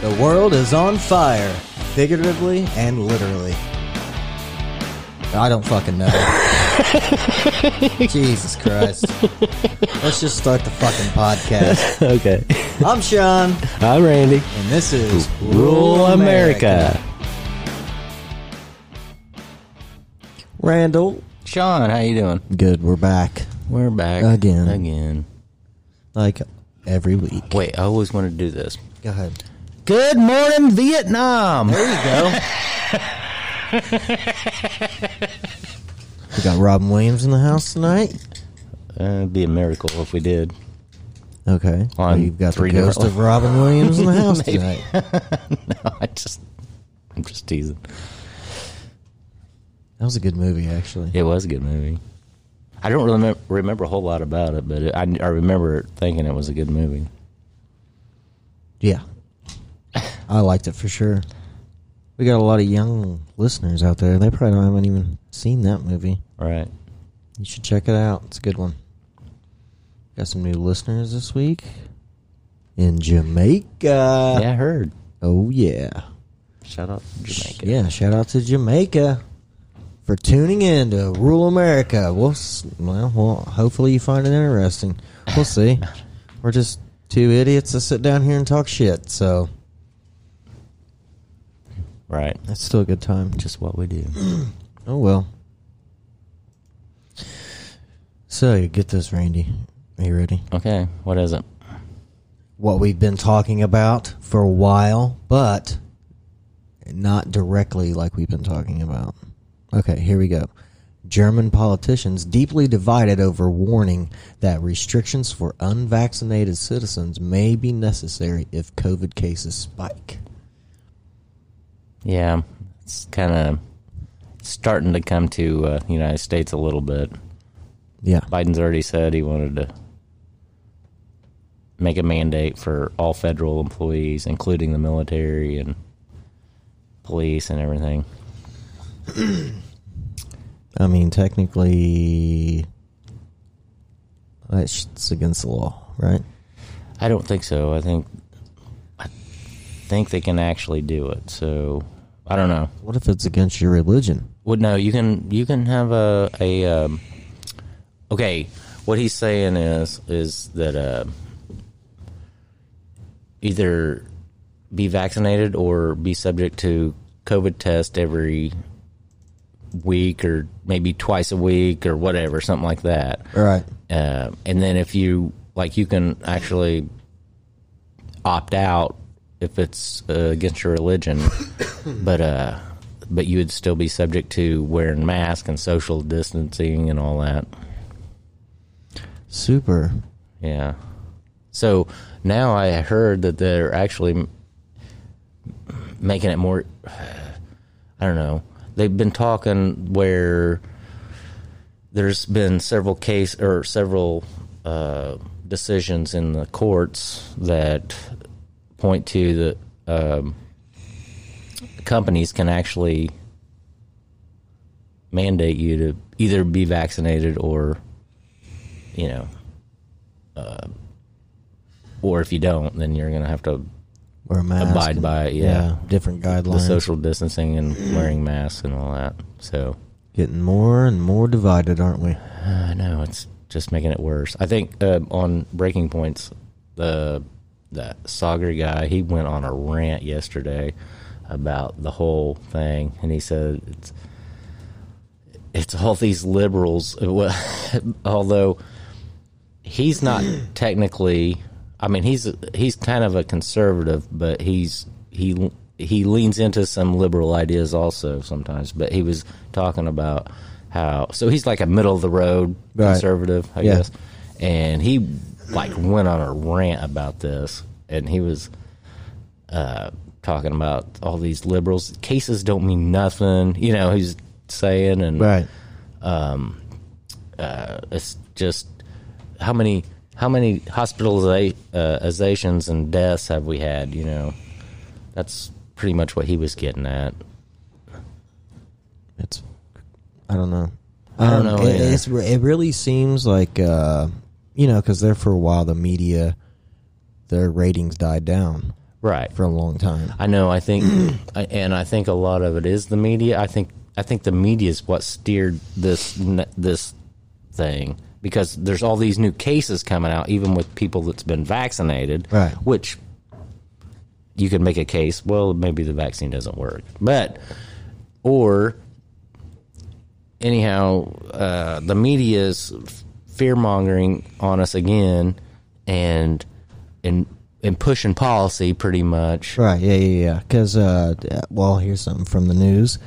The world is on fire, figuratively and literally. I don't fucking know. Jesus Christ. Let's just start the fucking podcast. okay. I'm Sean, I'm Randy. and this is Rule America. Randall. Sean, how you doing? Good, we're back. We're back Again. Again. Like every week. Wait, I always wanted to do this. Go ahead. Good morning, Vietnam. There you go. we got Robin Williams in the house tonight. Uh, it'd be a miracle if we did. Okay. On you've got the three ghost different- of Robin Williams in the house Maybe. tonight. no, I just, I'm just teasing. That was a good movie, actually. It was a good movie. I don't really remem- remember a whole lot about it, but it, I, I remember thinking it was a good movie. Yeah. I liked it for sure. We got a lot of young listeners out there. They probably don't- haven't even seen that movie. All right. You should check it out. It's a good one. Got some new listeners this week in Jamaica. yeah, I heard. Oh, yeah. Shout out to Jamaica. Yeah, shout out to Jamaica for tuning in to Rural America. We'll, s- well, well hopefully you find it interesting. We'll see. We're just two idiots that sit down here and talk shit, so Right. that's still a good time. Just what we do. Oh well. So you get this, Randy. Are you ready? Okay. What is it? What we've been talking about for a while, but not directly like we've been talking about. Okay, here we go. German politicians deeply divided over warning that restrictions for unvaccinated citizens may be necessary if COVID cases spike. Yeah, it's kind of starting to come to uh, the United States a little bit. Yeah. Biden's already said he wanted to make a mandate for all federal employees, including the military and police and everything. I mean, technically, that's against the law, right? I don't think so. I think I think they can actually do it. So I don't know. What if it's against your religion? Well, no, you can you can have a a um, okay. What he's saying is is that uh, either be vaccinated or be subject to COVID test every week or maybe twice a week or whatever, something like that. Right. Uh, and then if you like, you can actually opt out if it's uh, against your religion, but uh, but you would still be subject to wearing masks and social distancing and all that. Super. Yeah. So now I heard that they're actually m- making it more. I don't know. They've been talking where there's been several case or several uh, decisions in the courts that point to the um, companies can actually mandate you to either be vaccinated or, you know, or if you don't, then you're going to have to Or a mask. Abide and- by it, yeah. Different the guidelines. social distancing and wearing masks and all that. So Getting more and more divided, aren't we? I know it's just making it worse. I think uh, on breaking points, the that Sagar guy he went on a rant yesterday about the whole thing, and he said it's it's all these liberals. Well, Although he's not technically, I mean he's he's kind of a conservative, but he's he he leans into some liberal ideas also sometimes. But he was talking about how so he's like a middle of the road Right. conservative, I Yeah. guess, and he like went on a rant about this, and he was uh, talking about all these liberals cases don't mean nothing, you know. He's saying and Right. uh, it's just how many how many hospitalizations and deaths have we had? You know, that's pretty much what he was getting at. It's. I don't know. Um, I don't know It, either. it's, it really seems like, uh, you know, because there for a while the media, their ratings died down. Right. for a long time. I know. I think, I- and I think a lot of it is the media. I think I think the media is what steered this n- this thing because there's all these new cases coming out, even with people that's been vaccinated, Right. Which you could make a case. Well, maybe the vaccine doesn't work, but or anyhow, uh, the media's fear mongering on us again, and and and pushing policy pretty much. Right. Yeah. Yeah. Yeah. Because uh, well, here's something from the news.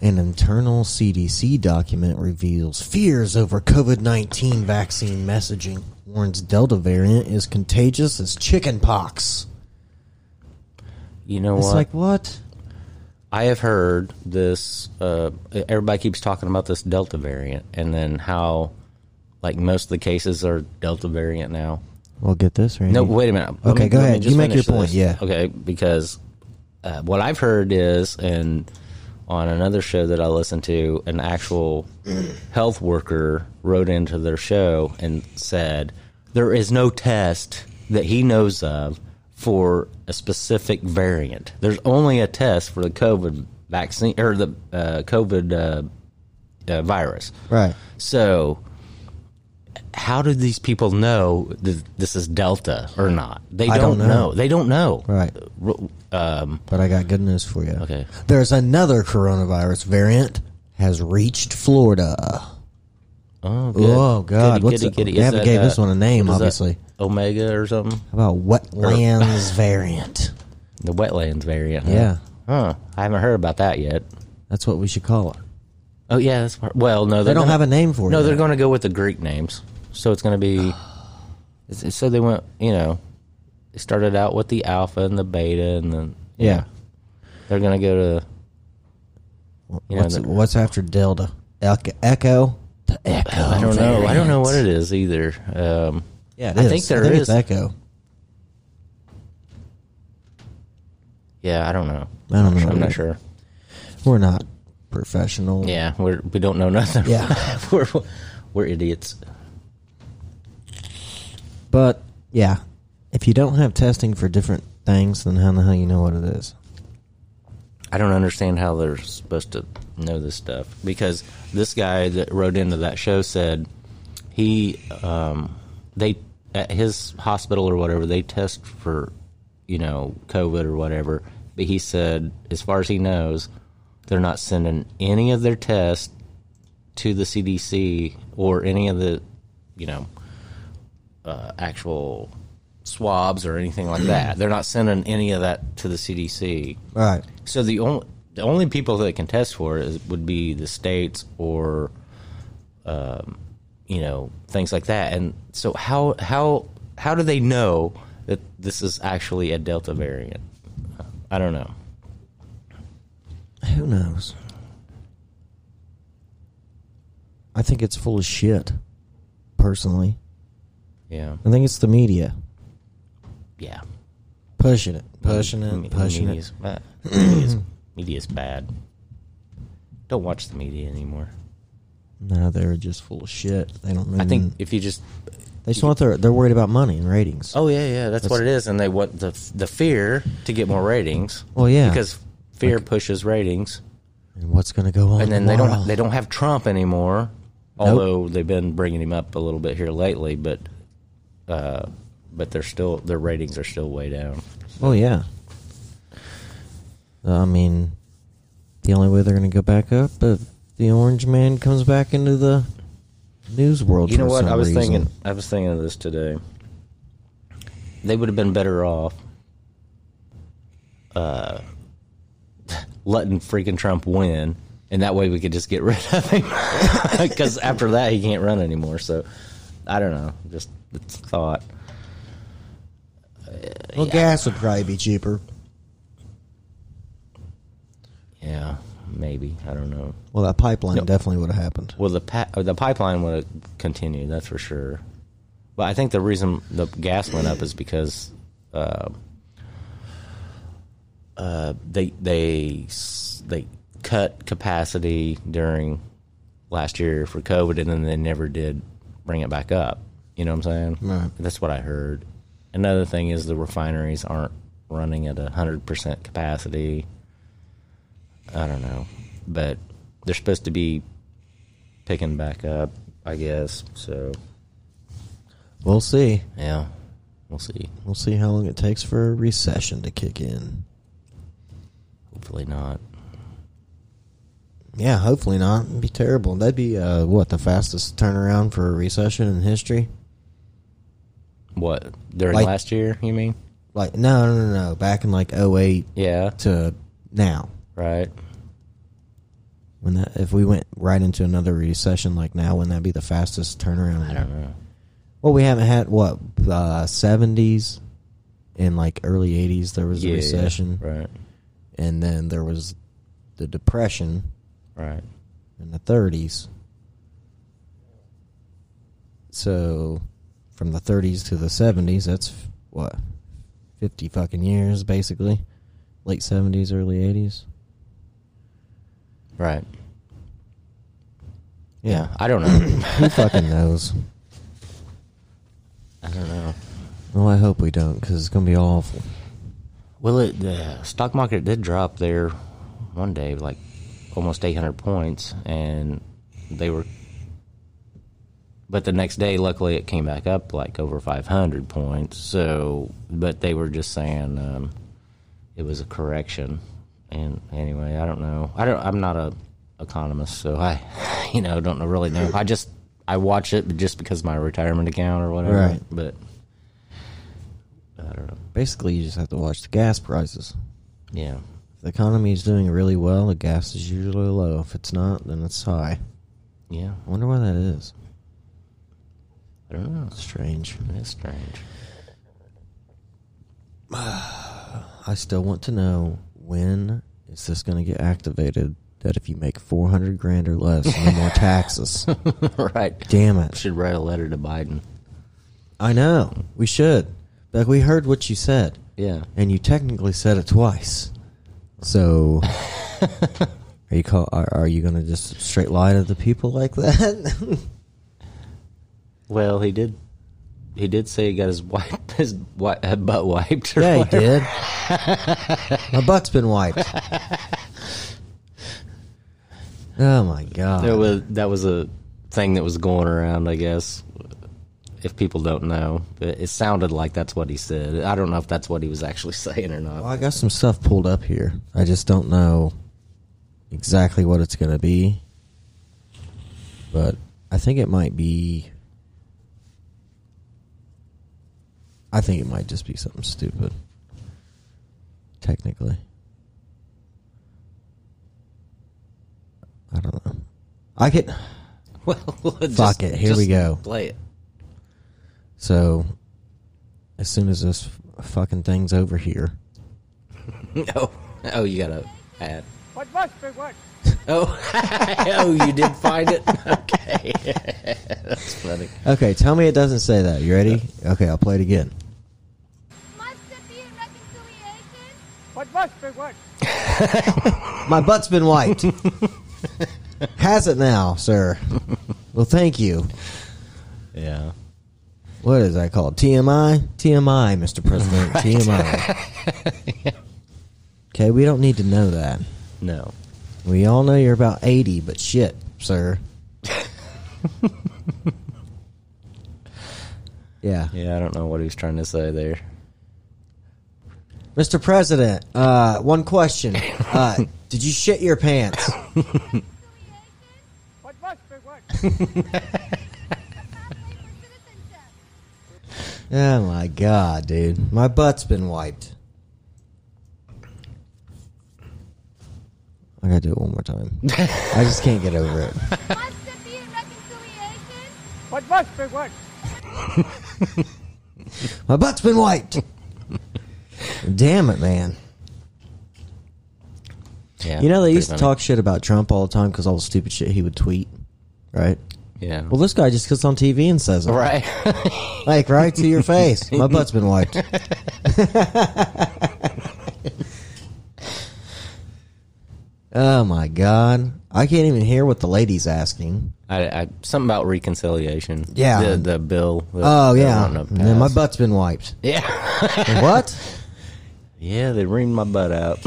An internal CDC document reveals fears over COVID 19 vaccine messaging, warns Delta variant is contagious as chickenpox. You know It's what? like, what? I have heard this. Uh, everybody keeps talking about this Delta variant, and then how, like, most of the cases are Delta variant now. Well, get this, right? No, wait a minute. Let Mm-hmm. Okay, go let ahead. just You make finish your point, this. yeah. Okay, because uh, what I've heard is, and on another show that I listened to, an actual health worker wrote into their show and said there is no test that he knows of for a specific variant. There's only a test for the COVID vaccine or the uh, COVID uh, uh, virus. Right. So, how do these people know that this is Delta or not? They I don't, don't know. know. They don't know. Right. Ro- Um, But I got good news for you. Okay. There's another coronavirus variant has reached Florida. oh, Oh, God. Goody, What's goody, it- goody. They Is haven't that, gave uh, this one a name, what is that? obviously. Omega or something. How about wetlands variant? The wetlands variant. huh? Yeah. Huh. I haven't heard about that yet. That's what we should call it. Oh yeah. That's part. Well, no, They they're don't gonna- have a name for it. No, they're yet. going to go with the Greek names. So it's going to be. it's- it's- So they went. You know, they started out with the alpha and the beta, and then Yeah. they're going to go to. You know, what's, the- what's after Delta? Echo? echo? The echo. I don't know. I don't know what it is either. Um, Yeah, it I is. think there It's is. echo. yeah, I don't know. I don't know. I'm not sure. We're not professional. Yeah, we're, we don't know nothing. Yeah. we're we're idiots. But yeah, if you don't have testing for different things, then how in the hell you know what it is? I don't understand how they're supposed to know this stuff because this guy that wrote into that show said he um, they at his hospital or whatever they test for you know COVID or whatever, but he said as far as he knows they're not sending any of their tests to the CDC or any of the you know uh, actual swabs or anything like that. They're not sending any of that to the CDC. Right. So the only the only people that can test for it is, would be the states or, um, you know, things like that. And so how how how do they know that this is actually a Delta variant? I don't know. Who knows? I think it's full of shit, personally. Yeah, I think it's the media yeah. pushing it, pushing Me- it, pushing it. media's, uh, media's, media's bad. Don't watch the media anymore. No, they're just full of shit. They don't. I think even- if you just they just want their. They're worried about money and ratings. Oh yeah, yeah, that's, what it is, and they want the the fear to get more ratings. Well, yeah. because fear pushes ratings, And what's going to go on? and then they don't tomorrow? they don't have Trump anymore. Although they've been bringing him up a little bit here lately, but uh, but they're still their ratings are still way down. Oh yeah. Uh, I mean, the only way they're going to go back up if the orange man comes back into the news world. You know for what? some I was reason. thinking. I was thinking of this today. They would have been better off uh, letting freaking Trump win, and that way we could just get rid of him. Because after that, he can't run anymore. So I don't know. Just it's a thought. Well, gas would probably be cheaper. Yeah, maybe. I don't know. Well, that pipeline definitely would have happened. Well, the pa- uh, the pipeline would have continued. That's for sure. But I think the reason the gas went up is because uh, uh, they they s- they cut capacity during last year for COVID, and then they never did bring it back up. You know what I'm saying? Right. That's what I heard. Another thing is the refineries aren't running at 100% capacity. I don't know. But they're supposed to be picking back up, I guess. So, We'll see. yeah, we'll see. We'll see how long it takes for a recession to kick in. Hopefully not. Yeah, hopefully not. It'd be terrible. That'd be uh, what the fastest turnaround for a recession in history. What? During Like- last year, you mean? Like no, no, no, no. Back in like 08 Yeah. to now, Right. when that if we went right into another recession like now, wouldn't that be the fastest turnaround? I don't know. Well, we haven't had what uh, seventies and like early eighties. There was a Yeah, recession, Right. and then there was the depression Right. in the thirties. So, from the thirties to the seventies, that's f- what fifty fucking years, basically. Late seventies, early eighties. Right. Yeah, I don't know. who fucking knows? I don't know. Well, Oh, I hope we don't, because it's gonna be awful. Well, it, the stock market did drop there one day, like almost 800 points, and they were. But the next day, luckily, it came back up like over 500 points. So, but they were just saying um, it was a correction. And anyway, I don't know. I don't. I'm not a economist, so I, you know, don't know, really know. I just I watch it just because of my retirement account or whatever. Right. But I don't know. Basically, you just have to watch the gas prices. Yeah. If the economy is doing really well, the gas is usually low. If it's not, then it's high. Yeah, I wonder why that is. I don't know. Strange. It's Oh, strange. I still want to know when is this going to get activated? That if you make four hundred grand or less, no more taxes. right. Damn it! Should write a letter to Biden. I know we should. Like we heard what you said, Yeah. and you technically said it twice. So, are you call? Are, are you going to just straight lie to the people like that? Well, he did. He did say he got his wipe his wi- uh, butt wiped. Or yeah, he whatever. did. My butt's been wiped. Oh my god! There was that was a thing that was going around. I guess if people don't know, but it sounded like that's what he said. I don't know if that's what he was actually saying or not. Well, I got some stuff pulled up here. I just don't know exactly what it's going to be. But I think it might be. I think it might just be something stupid. Technically. I don't know. I could. Well, just- Fuck it, here we just go. Play it. So, as soon as this fucking thing's over here. No. Oh, you got a ad. What must be what? Oh, oh, you did find it. Okay, that's funny. Okay, tell me it doesn't say that. You ready? Okay, I'll play it again. Must it be a reconciliation? What must be what? My butt's been wiped. Has it now, sir? Well, thank you. Yeah. What is that called? TMI? TMI, Mr. President. TMI. Okay, we don't need to know that. No. We all know you're about 80, but shit, sir. yeah. Yeah, I don't know what he was trying to say there. Mr. President, uh, one question. Uh, did you shit your pants? What must be what? Family for citizenship. Oh my god, dude. My butt's been wiped. I gotta do it one more time. I just can't get over it. Must it be a reconciliation? What must be what? My butt's been wiped! Damn it, man. Yeah. You know, they pretty used to funny. talk shit about Trump all the time because all the stupid shit he would tweet, right? Yeah. Well, this guy just gets on TV and says it. right. Like, right to your face. My butt's been wiped. oh my god. I can't even hear what the lady's asking. I, I something about reconciliation. Yeah. The, the bill. that Oh they yeah, wanna Yeah, my pass. butt's been wiped. Yeah. what? Yeah, they reamed my butt out.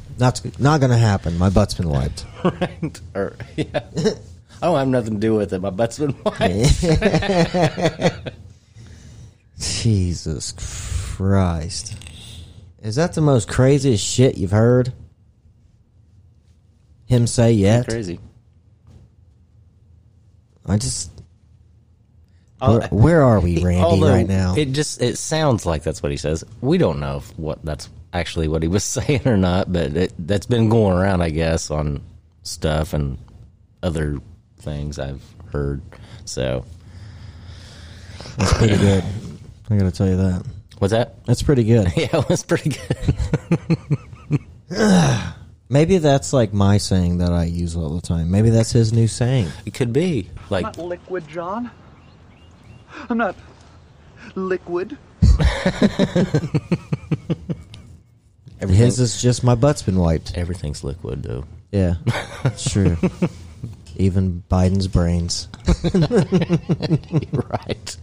Not not gonna happen. My butt's been wiped. right? Or yeah. I don't have nothing to do with it. My butt's been wiped. Jesus Christ. Is that the most craziest shit you've heard? Him say yet? Crazy. I just. Oh, Where, where are we, He- Randy, although right now? It just it sounds like that's what he says. We don't know if what that's actually what he was saying or not, but it, that's been going around, I guess, on stuff and other things I've heard. So That's pretty good. I gotta tell you that. what's that? That's pretty good. Yeah, it was pretty good. Maybe that's like my saying that I use all the time. Maybe that's his new saying. It could be like not liquid, John. I'm not liquid. His is just my butt's been wiped. everything's liquid though. Yeah, it's true. Even Biden's brains. right.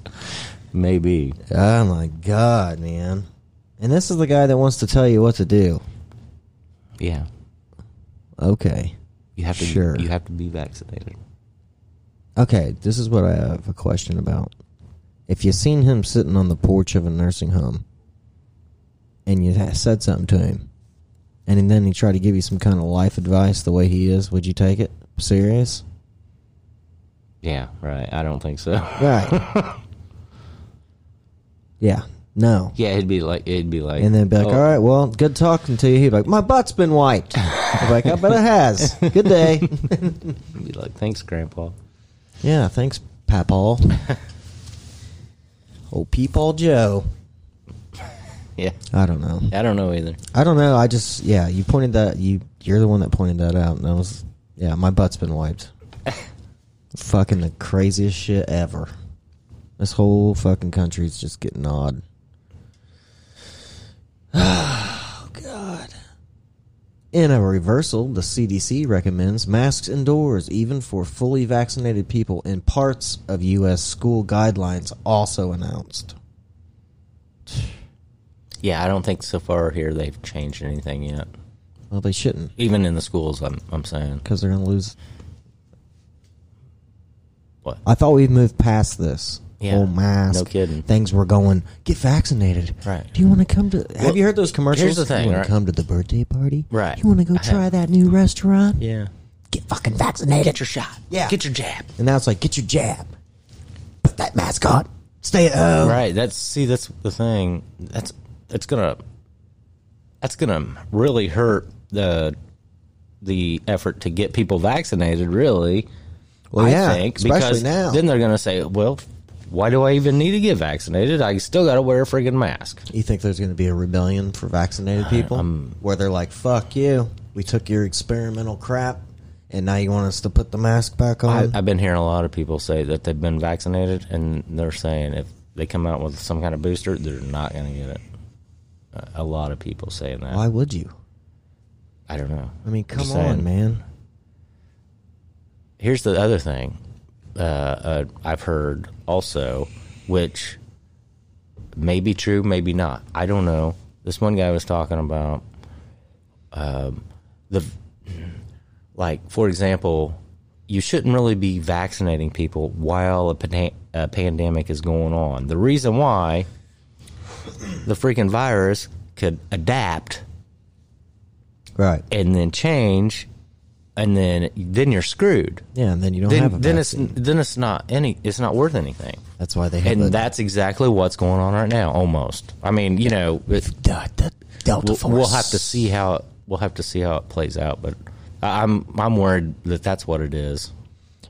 Maybe. Oh my god, man. And this is the guy that wants to tell you what to do. Yeah. Okay. You have to Sure. you have to be vaccinated. Okay, this is what I have a question about. If you seen him sitting on the porch of a nursing home and you ha- said something to him and then he tried to give you some kind of life advice the way he is, would you take it? Serious? Yeah, right. I don't think so. Right. yeah. No. Yeah, it'd be like it'd be like And then be like, oh, all right, well, good talking to you. He'd be like, my butt's been wiped. I'd be like, I bet it has. Good day. Be like, thanks, Grandpa. yeah, thanks, Papal. oh, Peepal Joe. Yeah, I don't know. I don't know either. I don't know. I just, yeah, you pointed that, you, you're the one that pointed that out. And I was, yeah, my butt's been wiped. fucking the craziest shit ever. This whole fucking country's just getting odd. Oh, God. In a reversal, the CDC recommends masks indoors, even for fully vaccinated people, and parts of U.S. school guidelines also announced. Yeah, I don't think so far here they've changed anything yet. Well, they shouldn't, Even in the schools, I'm I'm saying because they're going to lose what? I thought we'd moved past this. Yeah. Whole mask. No kidding. Things were going, get vaccinated. Right. Do you want to come to. Have Well, you heard those commercials? here's the thing, You want right? to come to the birthday party? Right. You want to go I have. try that new restaurant? yeah, Get fucking vaccinated. your shot. Yeah. get your jab. and now it's like, get your jab. Put that mask on. Stay at home. Right. That's see. That's the thing. That's that's gonna that's gonna really hurt the the effort to get people vaccinated. Really. Well, I Oh, yeah. think, especially because now. Then they're gonna say, well. Why do I even need to get vaccinated? I still got to wear a freaking mask. you think there's going to be a rebellion for vaccinated people? where they're like, fuck you. We took your experimental crap, and now you want us to put the mask back I, on? I've been hearing a lot of people say that they've been vaccinated, and they're saying if they come out with some kind of booster, they're not going to get it. A- A lot of people saying that. Why would you? I don't know. I mean, I'm come just on, saying. man. Here's the other thing uh, uh, I've heard also, which may be true, maybe not. I don't know. This one guy was talking about um, the, like, for example, you shouldn't really be vaccinating people while a, pana- a pandemic is going on. The reason why the freaking virus could adapt Right. and then change, and then then you're screwed. Yeah, and then you don't have a then, then it's vaccine. then it's not any it's not worth anything That's why they have and a, that's exactly what's going on right now almost i mean you know it, the, the Delta we'll, Force. we'll have to see how it, we'll have to see how it plays out but I- i'm i'm worried that that's what it is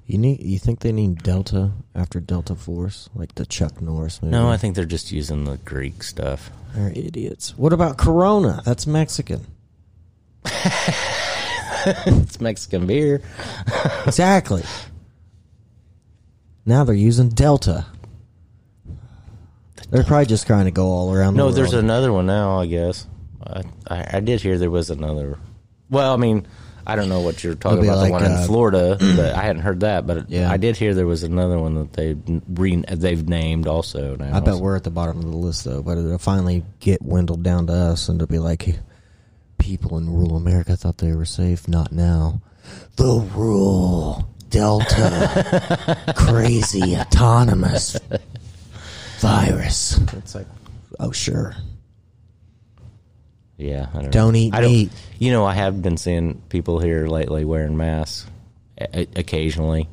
You need. You think they need Delta after Delta Force, like the Chuck Norris movie? no i think they're just using the greek stuff they're idiots. What about Corona? That's Mexican. it's mexican beer Exactly. now they're using Delta. They're probably just trying to go all around. no the there's world. another one now i guess i i, I did hear there was another well i mean I don't know what you're talking be about like, the one uh, in Florida, but I hadn't heard that. But Yeah. I did hear there was another one that they re- they've named also. Now, I bet we're at the bottom of the list though, but it'll finally get dwindled down to us, and it'll be like, people in rural America thought they were safe, not now. The rural Delta, crazy autonomous virus. It's like, oh sure, yeah. I don't, know. Don't eat I don't, meat. You know, I have been seeing people here lately wearing masks o- occasionally,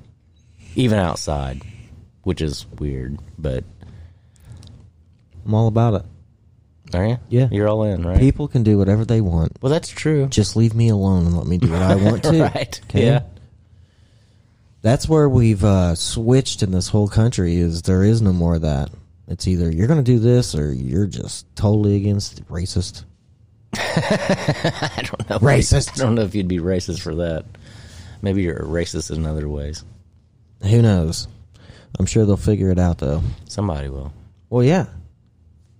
even outside, which is weird. But I'm all about it. are you? Yeah. oh you're all in, right? People can do whatever they want. Well, that's true. Just leave me alone and let me do what I want to. right? Okay? Yeah. That's where we've uh, switched in this whole country. Is there is no more of that. It's either you're going to do this or you're just totally against racist. I don't know. Racist. I don't know if you'd be racist for that. Maybe you're a racist in other ways. Who knows? I'm sure they'll figure it out though. Somebody will. Well, yeah,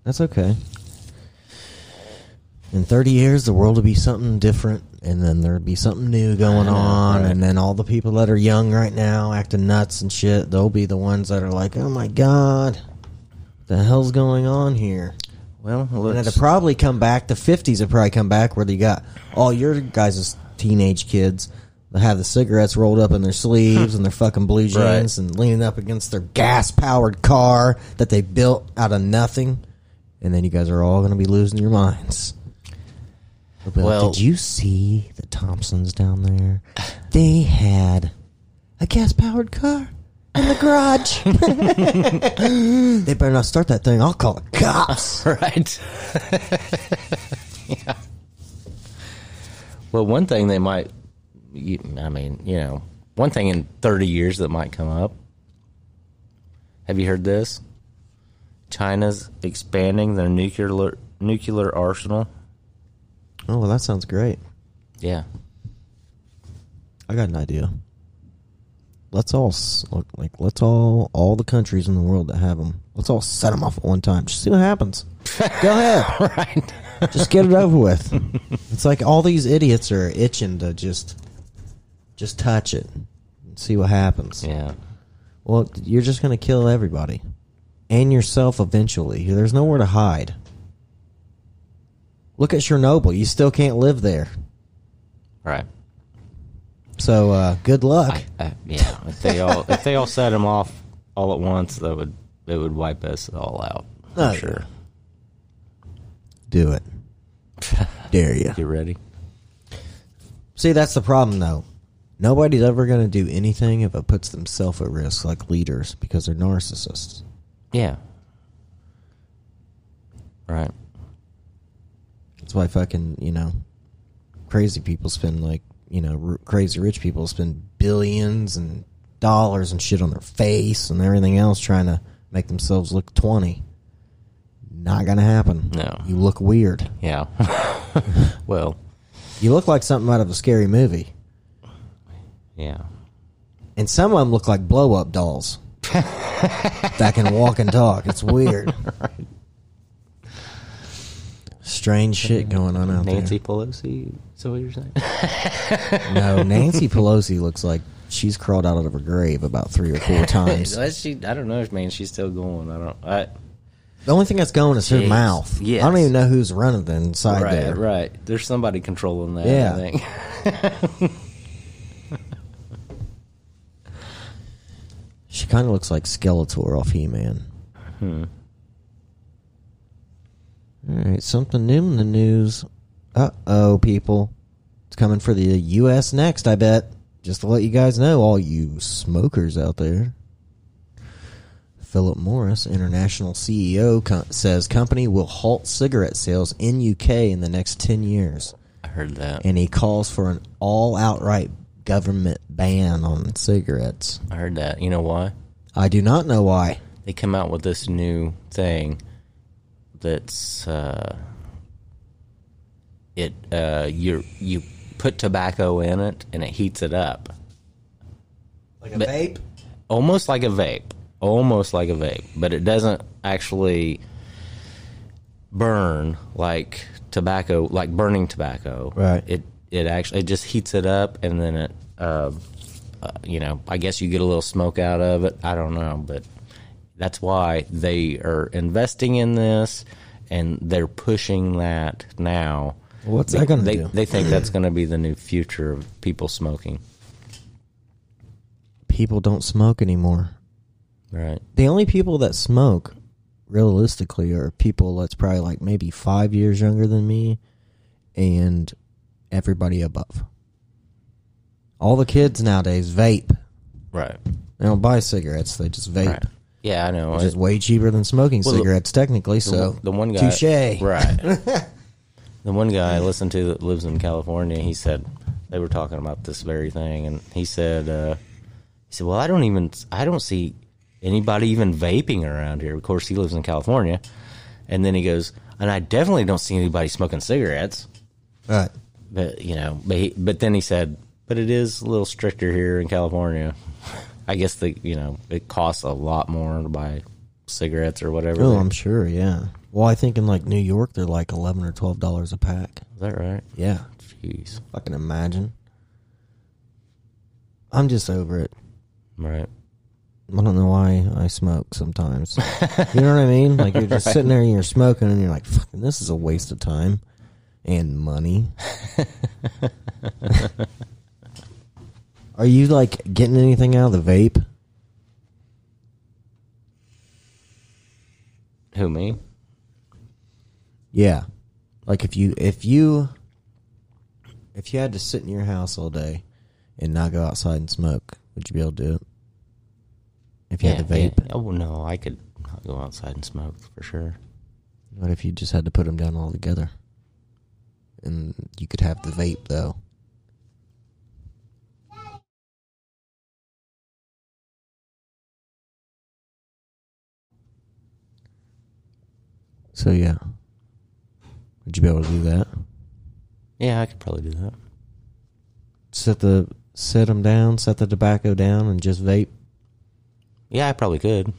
that's okay. In 30 years, the world will be something different, and then there'll be something new going know, on, right. and then all the people that are young right now acting nuts and shit, they'll be the ones that are like, "Oh my god, the hell's going on here?" Well, And it'll probably come back. The fifties will probably come back where they got all your guys' teenage kids that have the cigarettes rolled up in their sleeves and their fucking blue jeans Right. and leaning up against their gas powered car that they built out of nothing. And then you guys are all going to be losing your minds. They'll be like, Well- did you see the Thompsons down there? They had a gas powered car in the garage. they better not start that thing. I'll call the cops. right. Yeah. Well, one thing they might, you, I mean, you know, one thing in 30 years that might come up. Have you heard this? China's expanding their nuclear nuclear arsenal. Oh, well, that sounds great. Yeah. I got an idea. Let's all s- look like let's all all the countries in the world that have them. Let's all set them off at one time. Just see what happens. Go ahead. Right. Just get it over with. It's like all these idiots are itching to just just touch it and see what happens. Yeah. Well, you're just going to kill everybody and yourself eventually. There's nowhere to hide. Look at Chernobyl. You still can't live there. Right. So, uh, good luck. Uh, yeah, if they all if they all set them off all at once, that would it would wipe us all out. Oh, I'm yeah. sure. Do it. Dare you. You ready? See, that's the problem, though. Nobody's ever going to do anything if it puts themselves at risk, like leaders, because they're narcissists. Yeah. Right. That's why fucking, you know, crazy people spend, like, you know, r- crazy rich people spend billions and dollars and shit on their face and everything else trying to make themselves look 20. Not going to happen. No. You look weird. Yeah. well. You look like something out of a scary movie. Yeah. And some of them look like blow up dolls that can walk and talk. It's weird. Strange shit going on out Nancy Pelosi. So what you're saying? there. No, Nancy Pelosi looks like she's crawled out of her grave about three or four times. Unless she, I don't know. if Man, she's still going. I don't. I, The only thing that's going is her Jeez. mouth. Yes. I don't even know who's running the inside right. there. Right. There's somebody controlling that. Yeah. I think. She kind of looks like Skeletor off He Man. Hmm. All right, something new in the news. Uh oh, people. It's coming for the U.S. next, I bet. Just to let you guys know, all you smokers out there. Philip Morris, international CEO, co- says company will halt cigarette sales in UK in the next 10 years. I heard that. And he calls for an all outright government ban on cigarettes. I heard that. You know why? I do not know why. they come out with this new thing that's uh, it uh, you you put tobacco in it and it heats it up Like a But- vape? almost like a vape almost like a vape but it doesn't actually burn like tobacco like burning tobacco Right. it it actually it just heats it up, and then it, uh, uh, you know, I guess you get a little smoke out of it. I don't know, but that's why they are investing in this, and they're pushing that now. What's that gonna they, do? They think that's going to be the new future of people smoking, People don't smoke anymore. right? The only people that smoke, realistically, are people that's probably like maybe five years younger than me, and everybody above. All the kids nowadays vape. Right. They don't buy cigarettes; they just vape, Right. Yeah, I know. which is way cheaper than smoking Well, the- cigarettes, technically. So the one guy, touche. right? the one guy I listened to that lives in California, he said they were talking about this very thing, and he said, uh, he said, well, I don't even, I don't see anybody even vaping around here. Of course, he lives in California, and then he goes, and I definitely don't see anybody smoking cigarettes. Right. But you know, but he, but then he said, but it is a little stricter here in California. I guess the you know it costs a lot more to buy cigarettes or whatever. Oh, I'm sure. Yeah. Well, I think in like New York, they're like eleven or twelve dollars a pack. Is that right? Yeah. Jeez. Fucking imagine. I'm just over it. Right. I don't know why I smoke sometimes. you know what I mean? Like you're just sitting there and you're smoking and you're like, fucking this is a waste of time and money. Are you like getting anything out of the vape? Who me? Yeah. Like if you if you if you had to sit in your house all day and not go outside and smoke, would you be able to do it? If you had to vape? Oh no, I could go outside and smoke for sure. What if you just had to put them down all together? And you could have the vape though. So yeah. Would you be able to do that? Yeah, I could probably do that. Set the set them down, set the tobacco down and just vape. Yeah, I probably could.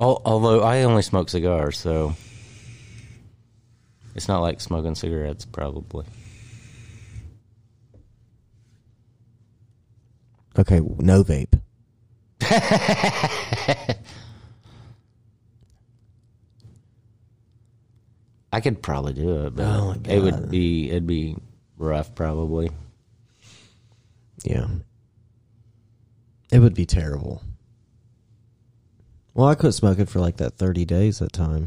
Al Although I only smoke cigars, so it's not like smoking cigarettes, probably. Okay, no vape. I could probably do it, but Oh, my it would God. be it'd be rough, probably. Yeah. It would be terrible. Well, I quit smoking for like that 30 days that time.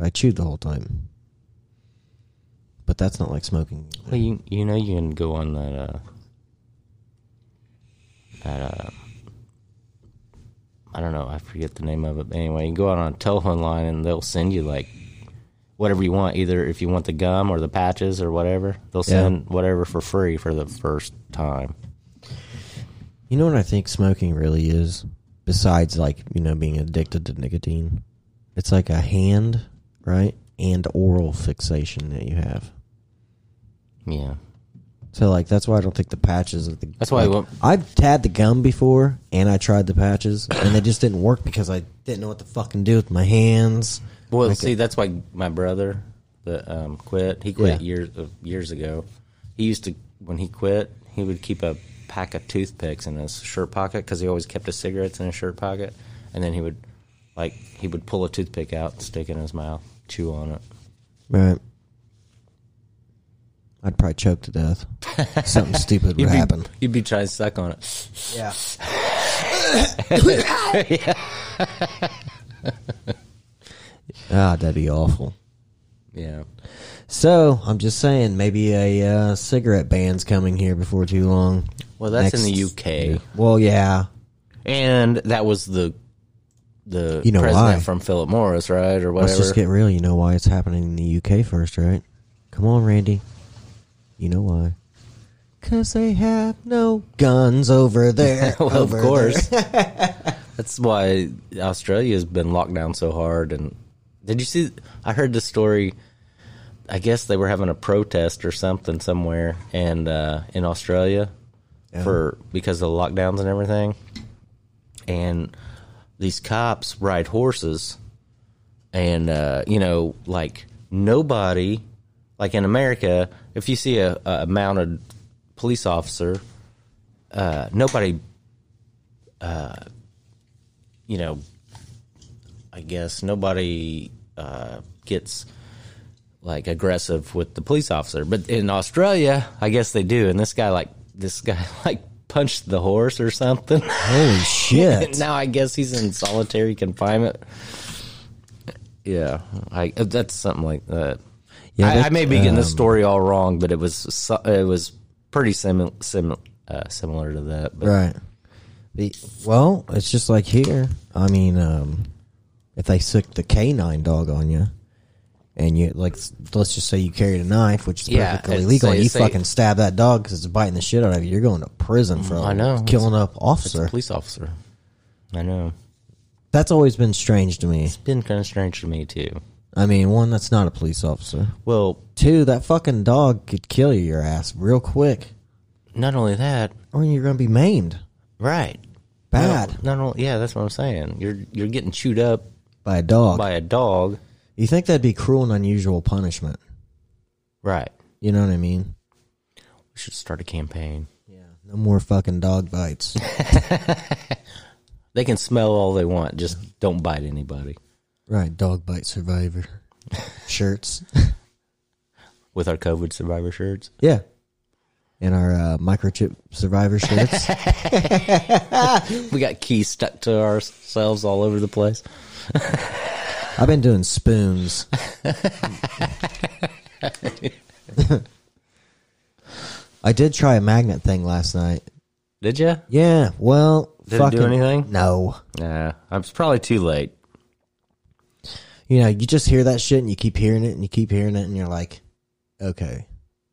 Mm-hmm. I chewed the whole time. But that's not like smoking. Well, you you know you can go on that uh that uh I don't know I forget the name of it but anyway you can go out on a telephone line and they'll send you like whatever you want either if you want the gum or the patches or whatever they'll Yeah. send whatever for free for the first time You know what I think smoking really is? Besides, like, you know, being addicted to nicotine, it's like a hand, right? And oral fixation that you have. yeah So like that's why I don't think the patches of the That's why I like, won't- I've had the gum before and I tried the patches and they just didn't work because I didn't know what to fucking do with my hands. well Like, see that's why my brother that um quit he quit Yeah. years uh, years ago he used to when he quit he would keep a pack of toothpicks in his shirt pocket because he always kept his cigarettes in his shirt pocket and then he would like he would pull a toothpick out and stick it in his mouth chew on it right. I'd probably choke to death. Something stupid would you'd be, happen. you'd be trying to suck on it Yeah. ah, that'd be awful. yeah So I'm just saying, maybe a uh, cigarette ban's coming here before too long. well that's in the Next- uk Well, yeah, and that was the the You know president why. from philip morris right or whatever Let's just get real. You know why it's happening in the UK first, right? Come on, Randy. You know why? Cause they have no guns over there. Well, over of course. there. That's why Australia's been locked down so hard. And did you see? I heard this story. I guess they were having a protest or something somewhere, and uh, in Australia, for because of the lockdowns and everything. And these cops ride horses, and uh, you know, like nobody Like in America, if you see a, a mounted police officer, uh, nobody, uh, you know, I guess nobody uh, gets like aggressive with the police officer. But in Australia, I guess they do. And this guy, like, this guy, like, punched the horse or something. Holy shit! now I guess he's in solitary confinement. Yeah, I that's something like that. Yeah, I, that- I may be getting the um, story all wrong, but it was so- it was pretty similar sim, uh, similar to that. But Right. The, well, it's just like here. I mean, um, if they sick the canine dog on you, and you like, s- let's just say you carried a knife, which is Yeah, perfectly and legal, say- and you say- fucking stab that dog because it's biting the shit out of you, you're going to prison for I know. killing up it's a officer. police officer. I know. That's always been strange to me. It's been kind of strange to me too. I mean, one, that's not a police officer. Well, Two, that fucking dog could kill you, your ass real quick, not only that, or you're gonna be maimed right? bad Not, not only yeah, that's what I'm saying. You're you're getting chewed up by a dog. by a dog, you think that'd be cruel and unusual punishment? right? You know what I mean? We should start a campaign. No more fucking dog bites. They can smell all they want, just don't bite anybody. right, dog bite survivor shirts. With our COVID survivor shirts, Yeah. And our uh, microchip survivor shirts. we got keys stuck to ourselves all over the place. I've been doing spoons. I did try a magnet thing last night. Did you? Yeah, well, Did it do fucking anything? No. Nah, I was probably too late. You know, you just hear that shit and you keep hearing it and you keep hearing it and you're like, okay,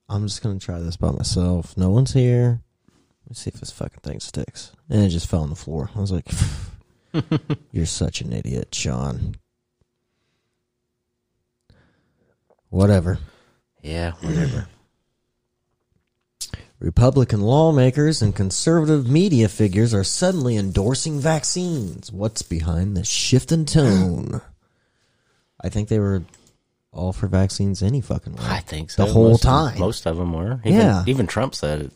I'm just gonna try this by myself. No one's here. Let's see if this fucking thing sticks. And it just fell on the floor. I was like, you're such an idiot, Sean. Whatever. Yeah, whatever. Republican lawmakers and conservative media figures are suddenly endorsing vaccines. What's behind the shift in tone? I think they were all for vaccines any fucking way. I think so. The whole Most of- time. most of them were. Even, Yeah. Even Trump said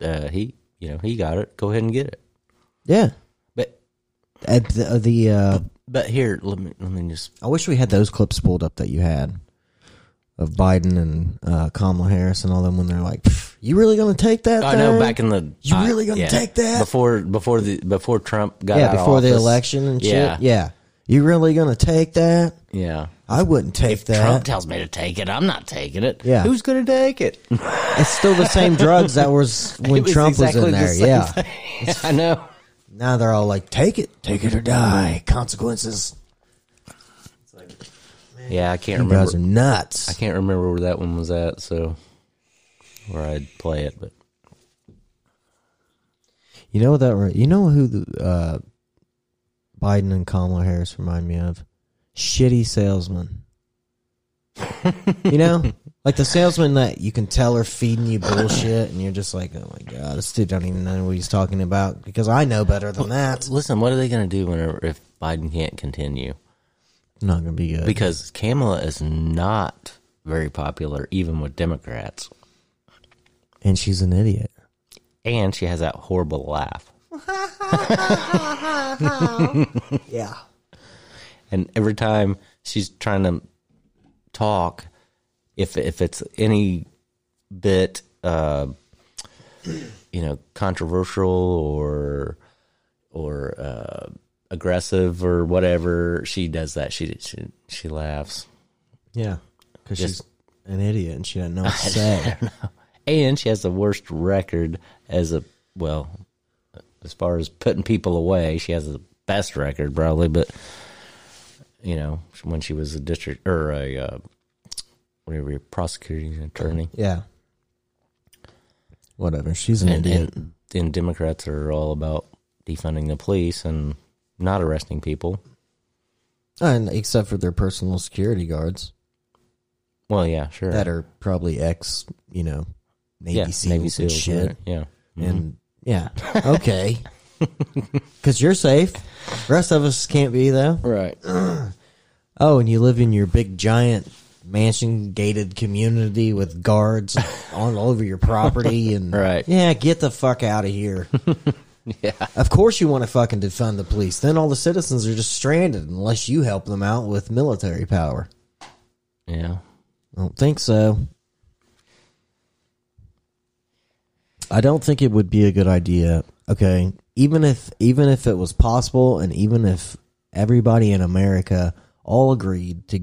it. Uh, he, you know, he got it. Go ahead and get it. Yeah. But, At the, uh, the uh, but here, let me, let me just. I wish we had those clips pulled up that you had of Biden and uh, Kamala Harris and all them when they're like, "Pff, "You really gonna take that?" I know thing?" back in the You I- really gonna yeah. take that? before before the before Trump got yeah, out of before the office. election and shit. Yeah. Yeah. you really gonna take that? yeah I wouldn't take that. Trump tells me to take it. I'm not taking it. Yeah. Who's going to take it? It's still the same drugs that was when It was Trump was exactly in the there. same yeah. thing. I know. Now they're all like, take it, take it or die. Consequences. Yeah, I can't You remember. guys are nuts. I can't remember where that one was at, so where I'd play it. But You know what that? re- You know who the, uh, Biden and Kamala Harris remind me of? Shitty salesman. you know, like the salesman that you can tell are feeding you bullshit, and you're just like, oh my god, this dude don't even know what he's talking about because I know better than that. listen, what are they going to do whenever if Biden can't continue? Not gonna be good. Because Kamala is not very popular, even with Democrats, and she's an idiot. and she has that horrible laugh. Yeah. and every time she's trying to talk if if it's any bit uh you know controversial or or uh aggressive or whatever she does that she she she laughs Yeah. Because she's an idiot and she doesn't know what to say. and she has the worst record as a well as far as putting people away she has the best record probably but you know when she was a district or a uh, whatever your prosecuting attorney yeah. Whatever. She's an and, idiot. and and democrats are all about defunding the police and not arresting people And except for their personal security guards well yeah sure that are probably ex, you know, Navy yeah SEALs navy and seals shit. right? Mm-hmm. yeah And yeah, okay. Because you're safe. rest of us can't be though. right Oh, and you live in your big giant mansion gated community with guards all over your property and Right. yeah get the fuck out of here yeah of course you want to fucking defund the police then all the citizens are just stranded unless you help them out with military power Yeah. i don't think so i don't think it would be a good idea okay even if even if it was possible and even if everybody in america all agreed to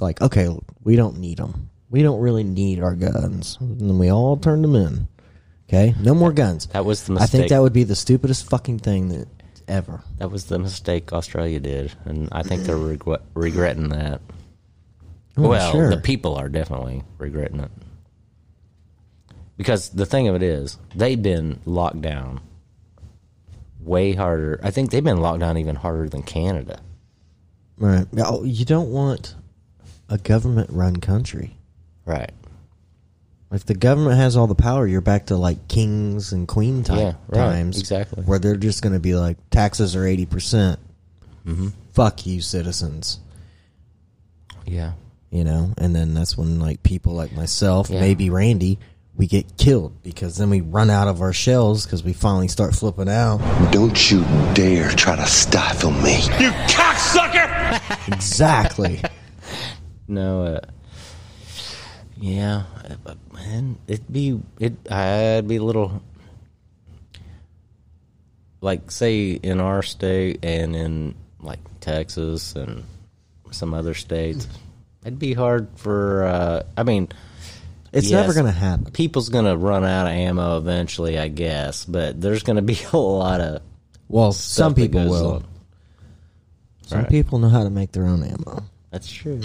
like okay we don't need them we don't really need our guns and then we all turned them in okay no more guns That was i the mistake. think that would be the stupidest fucking thing that ever That was the mistake Australia did, and I think they're regret- regretting that. Oh, well, sure. the people are definitely regretting it. Because the thing of it is, they've been locked down way harder. I think they've been locked down even harder than Canada. right Oh, you don't want a government run country Right. If the government has all the power, you're back to like kings and queen type Yeah, right, times, exactly. where they're just going to be like taxes are eighty percent. Mm-hmm. Fuck you, citizens. Yeah. You know, and then that's when like people like myself, Yeah. maybe Randy, we get killed because then we run out of our shells because we finally start flipping out. Don't you dare try to stifle me. Exactly. No. Uh, yeah, uh, but man, it'd be it. I'd be a little like say in our state and in like Texas and some other states. It'd be hard for. Uh, I mean, It's never Yes. going to happen. people's gonna run out of ammo eventually, I guess. But there's gonna be a lot of Well, stuff some that people goes will. on. Some Right. people know how to make their own ammo. That's true.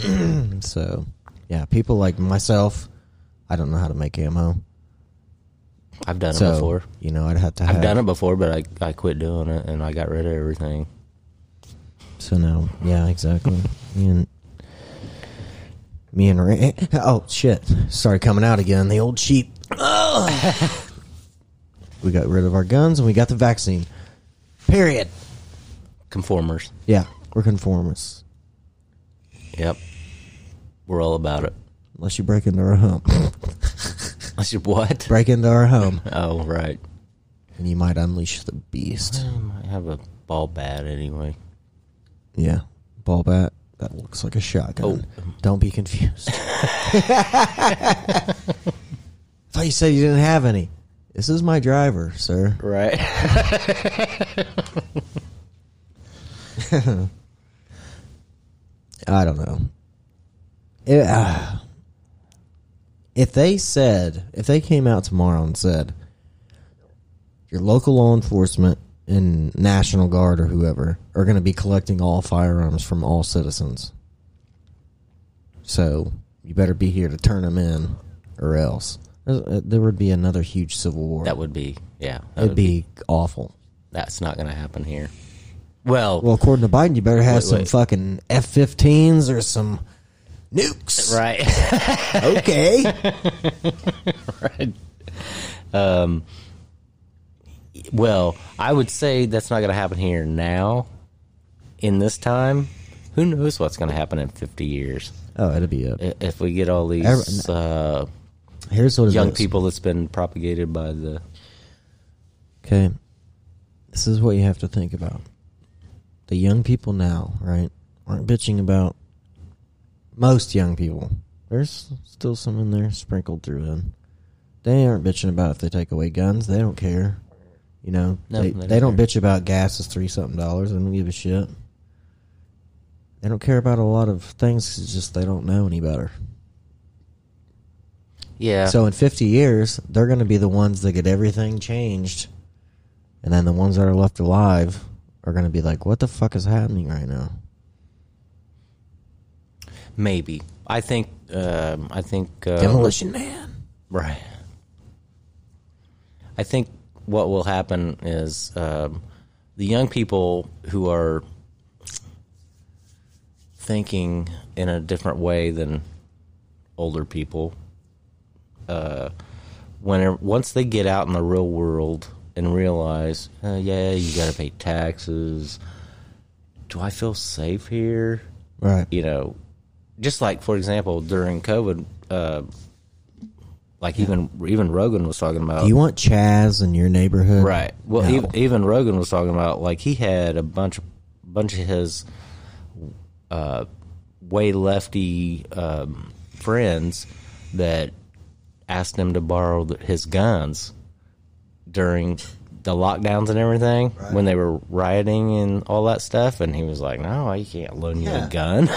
So, yeah, people like myself, I don't know how to make ammo. I've done So it before. you know, I'd have to have I've done it before, but I, I quit doing it and I got rid of everything. So now, yeah, exactly. me and me and Ray. Oh shit! Started coming out again. The old sheep. we got rid of our guns and we got the vaccine. Period. Conformers. Yeah, we're conformists Yep. We're all about it. unless you break into our home. I said, what? break into our home, Oh, right. and you might unleash the beast. Mm, I might have a ball bat anyway. Yeah, ball bat. That looks like a shotgun. Don't be confused. thought you said you didn't have any. This is my driver, sir. Right. I don't know. It, uh, if they said, if they came out tomorrow and said, your local law enforcement and National Guard or whoever are going to be collecting all firearms from all citizens. So you better be here to turn them in or else. Uh, There would be another huge civil war. That would be, yeah. That It'd be, awful. That's not going to happen here. Well, Well, according to Biden, you better have Wait, some wait. fucking F 15s or some nukes. right. Okay. right. Um, well, I would say that's not going to happen here now, in this time. Who knows what's going to happen in 50 years Oh, it'll be it. I- if we get all these Every- uh, Here's what it young is. people that's been propagated by the Okay. This is what you have to think about. The young people now, right, aren't bitching about most young people. There's still some in there sprinkled through in. They aren't bitching about if they take away guns. They don't care. You know, No, they, they they, don't don't, care. bitch about gas is three something dollars. They don't give a shit. They don't care about a lot of things. It's just they don't know any better. yeah. So in 50 years, they're going to be the ones that get everything changed. And then the ones that are left alive are going to be like, what the fuck is happening right now? Maybe. I think. Um, I think. Uh, Demolition Man. Right. I think what will happen is um, the young people who are thinking in a different way than older people, uh, when once they get out in the real world and realize, uh, yeah, you got to pay taxes. Do I feel safe here? Right. you know, just like for example during COVID, uh, like even even Rogan was talking about. Do you want Chaz in your neighborhood? Right. Well, No. even, even Rogan was talking about like he had a bunch of bunch of his uh, way lefty um, friends that asked him to borrow th his guns during the lockdowns and everything when they were rioting and all that stuff and he was like no you can't loan you Yeah. a gun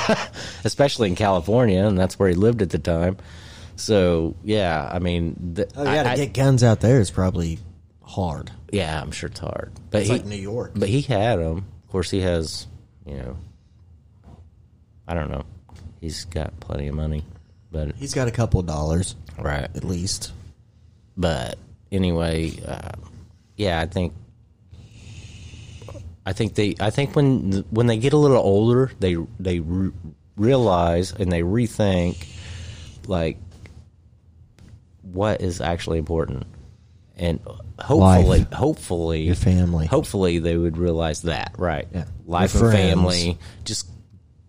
especially in california and that's where he lived at the time so yeah i mean th- Oh, yeah, I- to I- get guns out there is probably hard. yeah, I'm sure it's hard. But It's he, like New York. but he had them. Of course, he has. You know, I don't know. He's got plenty of money, but He's got a couple dollars right. at least. But anyway, uh, yeah, I think. I think they. I think when when they get a little older, they they re- realize and they rethink, like, what is actually important, and hopefully, Life. hopefully, Your family. Hopefully, they would realize that. Right. Yeah. Life Your and friends. family, just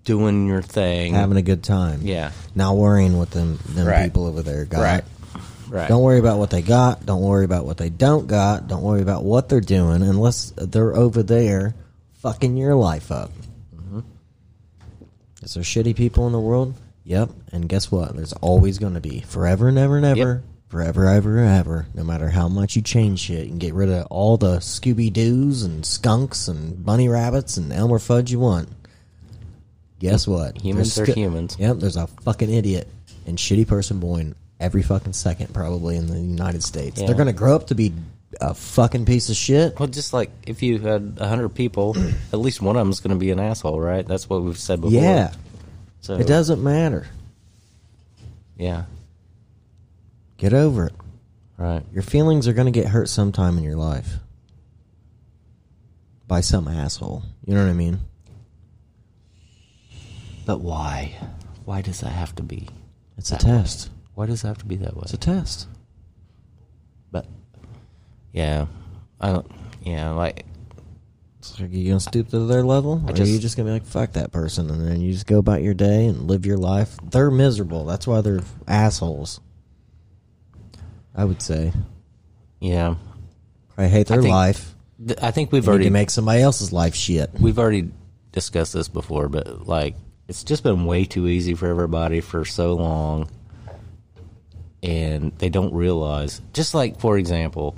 doing your thing. Having a good time. yeah. Not worrying what them, them Right. people over there got. Right. Right. Don't worry about what they got. Don't worry about what they don't got. Don't worry about what they're doing unless they're over there fucking your life up. Mm-hmm. Is there shitty people in the world? Yep. And guess what? There's always going to be forever and ever and ever. Forever, ever, ever. No matter how much you change shit and get rid of all the Scooby Doos and skunks and bunny rabbits and Elmer Fudd you want. Guess what? Humans There's are sti- humans. Yep, there's a fucking idiot and shitty person born every fucking second, probably in the United States. Yeah. They're gonna grow up to be a fucking piece of shit. Well, just like if you had a hundred people, at least one of them's going to be an asshole, right? That's what we've said before. Yeah, so, it doesn't matter. Yeah, Get over it. right. Your feelings are gonna get hurt sometime in your life by some asshole. You know what I mean? But why? Why does that have to be? It's a That way. test. Why does it have to be that way? It's a test. but yeah, I don't. Yeah, like It's like, are you gonna stoop to their level? Or are you just- just gonna be like, fuck that person, and then you just go about your day and live your life? They're miserable. That's why they're assholes. I would say. yeah. I hate their I think- life. Th- I think we've They need already to make somebody else's life shit. we've already discussed this before, but like it's just been way too easy for everybody for so long, and they don't realize. Just like for example,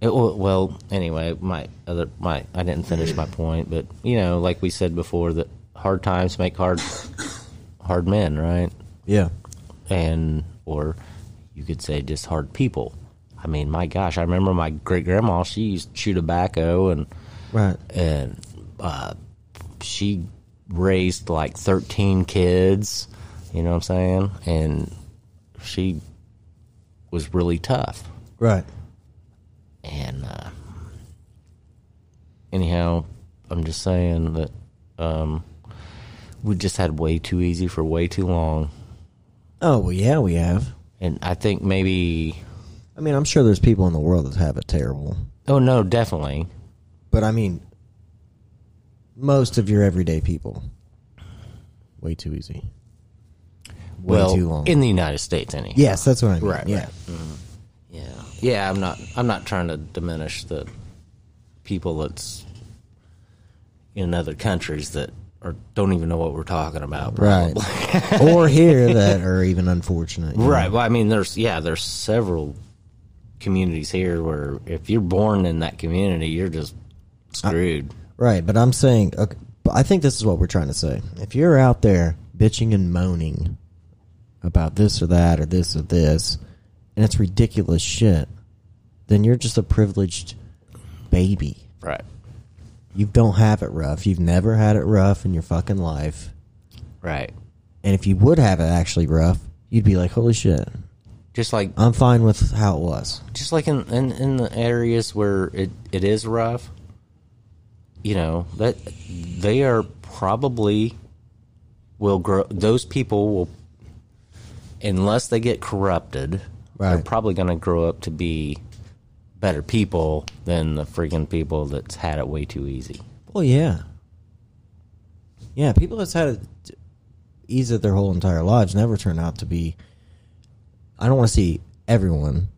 it, well, well, anyway, my other my I didn't finish my point, but you know, like we said before, that hard times make hard hard men, right? Yeah. and or you could say just hard people. I mean, my gosh, I remember my great grandma. She used to chew tobacco, and Right. and uh, she raised like thirteen kids. You know what I'm saying? And she was really tough. Right. And uh, anyhow, I'm just saying that um, we just had way too easy for way too long. Oh well yeah, we have. And I think maybe I mean, I'm sure there's people in the world that have it terrible. Oh no, definitely. But I mean most of your everyday people. Way too easy. Way well, too long. in the United States, anyhow. yes, that's what I mean. Right, yeah. right. yeah, yeah. I'm not. I'm not trying to diminish the people that's in other countries that are don't even know what we're talking about. Right. probably. or here that are even unfortunate. you know? Right. Well, I mean, there's yeah, there's several communities here where if you're born in that community, you're just screwed. Right, but I'm saying, okay, but I think this is what we're trying to say. If you're out there bitching and moaning about this or that or this or this, and it's ridiculous shit, then you're just a privileged baby. right. You don't have it rough. You've never had it rough in your fucking life. Right. And if you would have it actually rough, you'd be like, holy shit, Just like I'm fine with how it was. just like in, in, in the areas where it, it is rough, you know that they are probably will grow. Those people will, unless they get corrupted, they're Right. probably going to grow up to be better people than the freaking people that's had it way too easy. Well, yeah. Yeah, people that's had it either their whole entire lives never turn out to be. I don't want to see everyone.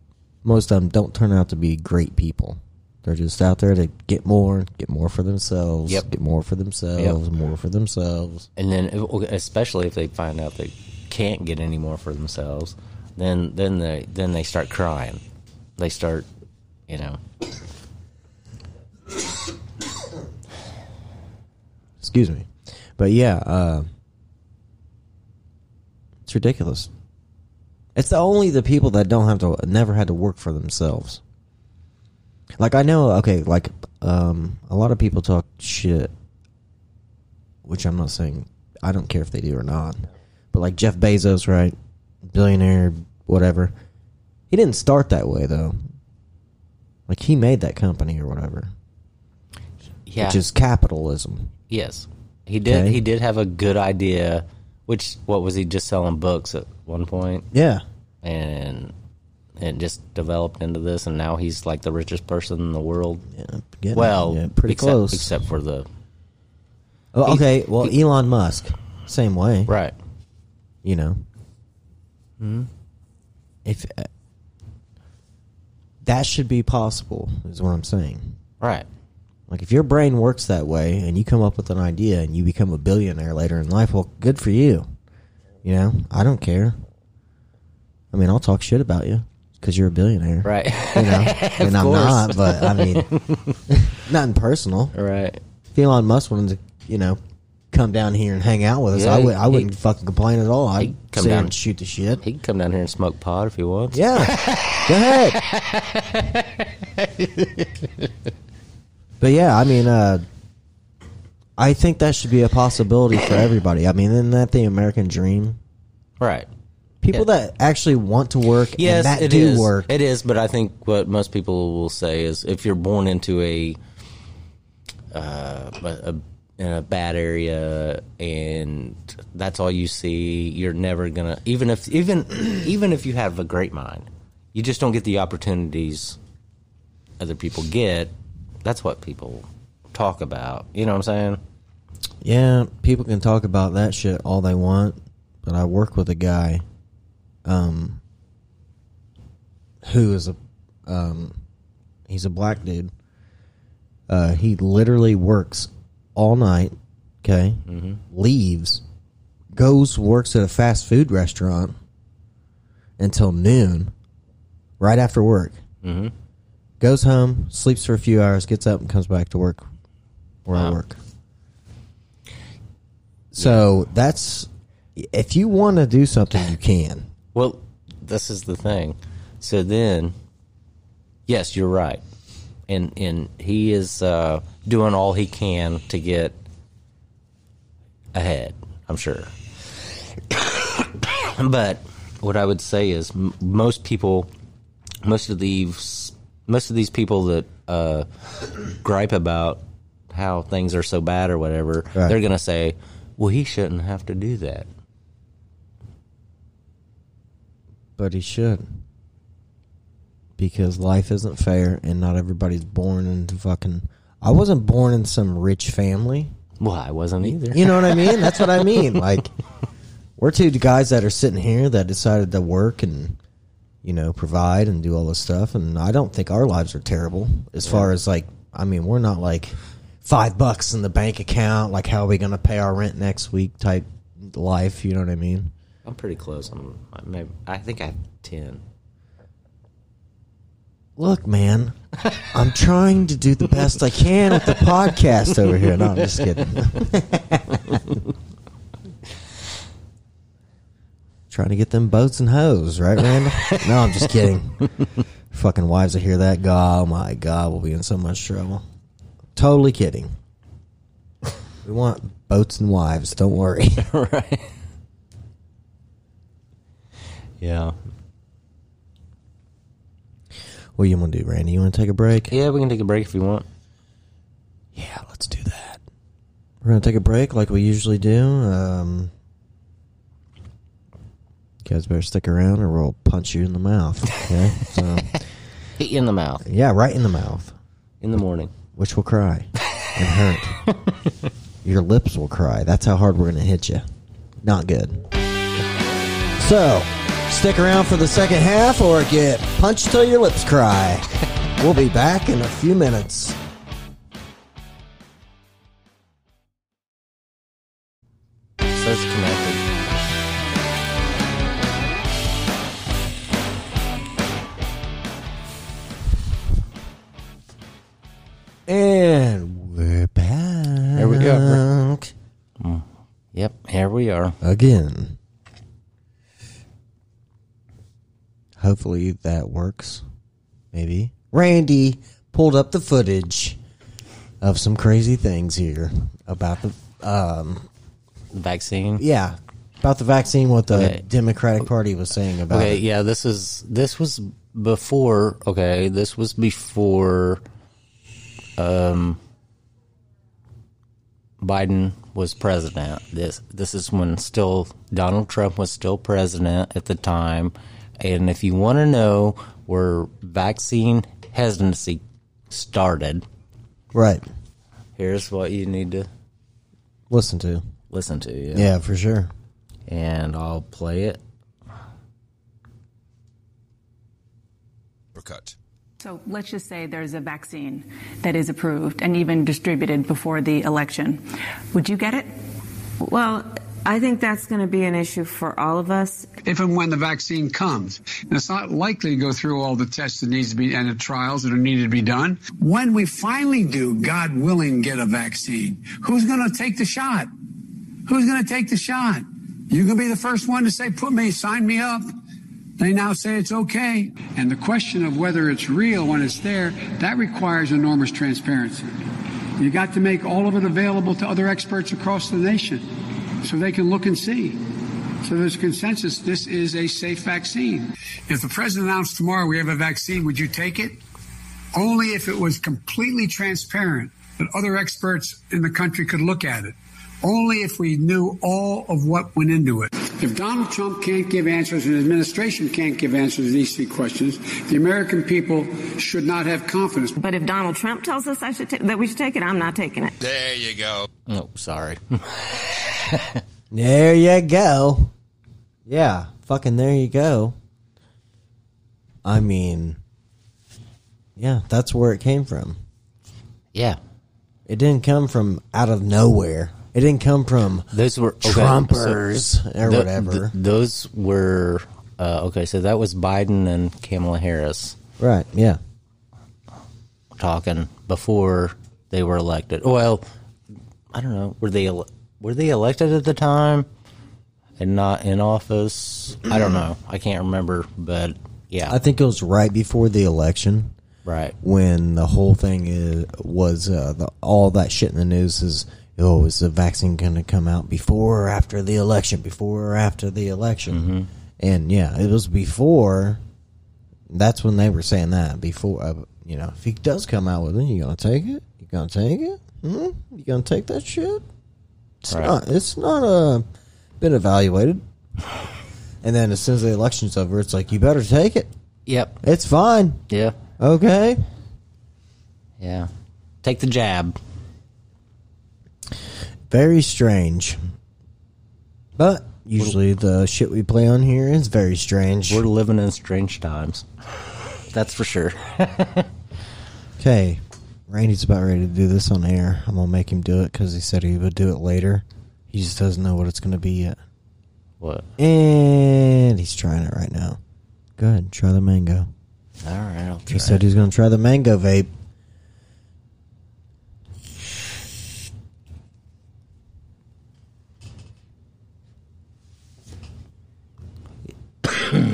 Most of them don't turn out to be great people. They're just out there to get more, get more for themselves, Yep. get more for themselves, more for themselves. and then especially if they find out they can't get any more for themselves, then then they then they start crying. They start, you know, Excuse me, but yeah, uh, it's ridiculous. It's only the people that don't have to, never had to work for themselves. Like I know, okay, like um, a lot of people talk shit, which I'm not saying I don't care if they do or not, but like Jeff Bezos, right, billionaire, whatever. He didn't start that way though. Like he made that company or whatever, yeah, which is capitalism. yes, he did. Okay. He did have a good idea. Which what was he just selling books at one point, Yeah, and it just developed into this, and now he's like the richest person in the world. Yeah, getting- well, yeah, pretty except- close. except for the Well, okay, well, Elon Musk, same way, right. Hmm? You know, if uh, that should be possible, is what I'm saying. Right. Like, if your brain works that way, and you come up with an idea, and you become a billionaire later in life, well, good for you. You know, I don't care. I mean, I'll talk shit about you because you're a billionaire, Right. You know, and I'm not, course. but I mean, nothing personal. right. if Elon Musk wanted to, you know, come down here and hang out with us, Yeah, I would. I he- wouldn't fucking complain at all. I'd he'd come sit here down. and shoot the shit. He can come down here and smoke pot if he wants. yeah, go ahead. but yeah, I mean, uh, I think that should be a possibility for everybody. I mean, isn't that the American dream? Right. People that actually want to work Yes, and that it do is. work. It is, but I think what most people will say is if you're born into a uh, a, a in a bad area and that's all you see, you're never gonna even if even even if you have a great mind, you just don't get the opportunities other people get. That's what people talk about. You know what I'm saying? Yeah, people can talk about that shit all they want, but I work with a guy, um, who is a, um, he's a black dude. Uh, he literally works all night. Okay, leaves, goes works at a fast food restaurant until noon, right after work. Mm-hmm. Goes home, sleeps for a few hours, gets up and comes back to work where I Wow. work. So that's if you want to do something, you can. Well, this is the thing. So then, yes, you're right, and and he is uh, doing all he can to get ahead. I'm sure. but what I would say is, m- most people, most of these, most of these people that uh, gripe about how things are so bad or whatever, Right. they're going to say, "Well, he shouldn't have to do that." But he should. Because life isn't fair and not everybody's born into fucking. I wasn't born in some rich family. Well, I wasn't either. You know what I mean? That's what I mean. Like, we're two guys that are sitting here that decided to work and, you know, provide and do all this stuff. And I don't think our lives are terrible as far as like, I mean, we're not like five bucks in the bank account, like, how are we going to pay our rent next week type life. You know what I mean? I'm pretty close. I'm I maybe I think I have ten. Look, man, I'm trying to do the best I can with the podcast over here. No, I'm just kidding. trying to get them boats and hoes, right, Randall? No, I'm just kidding. Fucking wives that hear that, God, oh my God, we'll be in so much trouble. Totally kidding. We want boats and wives, don't worry. right. Yeah. What you want to do, Randy? You want to take a break? Yeah, we can take a break if you want. Yeah, let's do that. We're gonna take a break like we usually do. Um, you guys better stick around or we'll punch you in the mouth. Okay? so, Hit you in the mouth yeah, right in the mouth, in the morning. which will cry and hurt. Your lips will cry. That's how hard we're gonna hit you. Not good. So, stick around for the second half or get punched till your lips cry. we'll be back in a few minutes. Says connected. And we're back. There we go. Yep, here we are. Again. Hopefully that works. Maybe. Randy pulled up the footage of some crazy things here about the um Vaccine. yeah, about the vaccine what the Okay. Democratic Party was saying about Okay, it. yeah, this is this was before. Okay, this was before. Um, Biden was president. This this is when still Donald Trump was still president at the time, and if you want to know where vaccine hesitancy started, Right. here's what you need to Listen to. listen to. Yeah, Yeah, for sure. and I'll play it. We're cut. So let's just say there's a vaccine that is approved and even distributed before the election. Would you get it? Well, I think that's going to be an issue for all of us. if and when the vaccine comes. And it's not likely to go through all the tests that needs to be and the trials that are needed to be done. When we finally do, God willing, get a vaccine, who's going to take the shot? Who's going to take the shot? You can be the first one to say, put me, sign me up. They now say it's okay. And the question of whether it's real when it's there, that requires enormous transparency. You got to make all of it available to other experts across the nation so they can look and see. So there's consensus this is a safe vaccine. If the president announced tomorrow we have a vaccine, would you take it? Only if it was completely transparent that other experts in the country could look at it. Only if we knew all of what went into it. If Donald Trump can't give answers and his administration can't give answers to these three questions, the American people should not have confidence. But if Donald Trump tells us I should ta- that we should take it, I'm not taking it. There you go. Oh, sorry. There you go. Yeah, fucking there you go. I mean, yeah, that's where it came from. yeah, It didn't come from out of nowhere. It didn't come from Those were okay, Trumpers so or th- whatever. th- those were uh, okay. So that was Biden and Kamala Harris right. Yeah. talking before they were elected. Well, I don't know. Were they ele- were they elected at the time and not in office? I don't know. I can't remember. But yeah, I think it was right before the election right. when the whole thing is, was uh, the, all that shit in the news is oh is the vaccine going to come out before or after the election before or after the election and yeah it was before that's when they were saying that before uh, you know if he does come out with it you gonna take it you gonna take it hmm? you gonna take that shit it's Right. not it's not uh, been evaluated and then as soon as the election's over it's like you better take it Yep. it's fine Yeah. okay Yeah. Take the jab. Very strange. But usually the shit we play on here is very strange. We're living in strange times. That's for sure. Okay. Randy's about ready to do this on air. I'm going to make him do it because he said he would do it later. He just doesn't know what it's going to be yet. What? And he's trying it right now. Go ahead, try the mango. All right. I'll try. He said he's going to try the mango vape.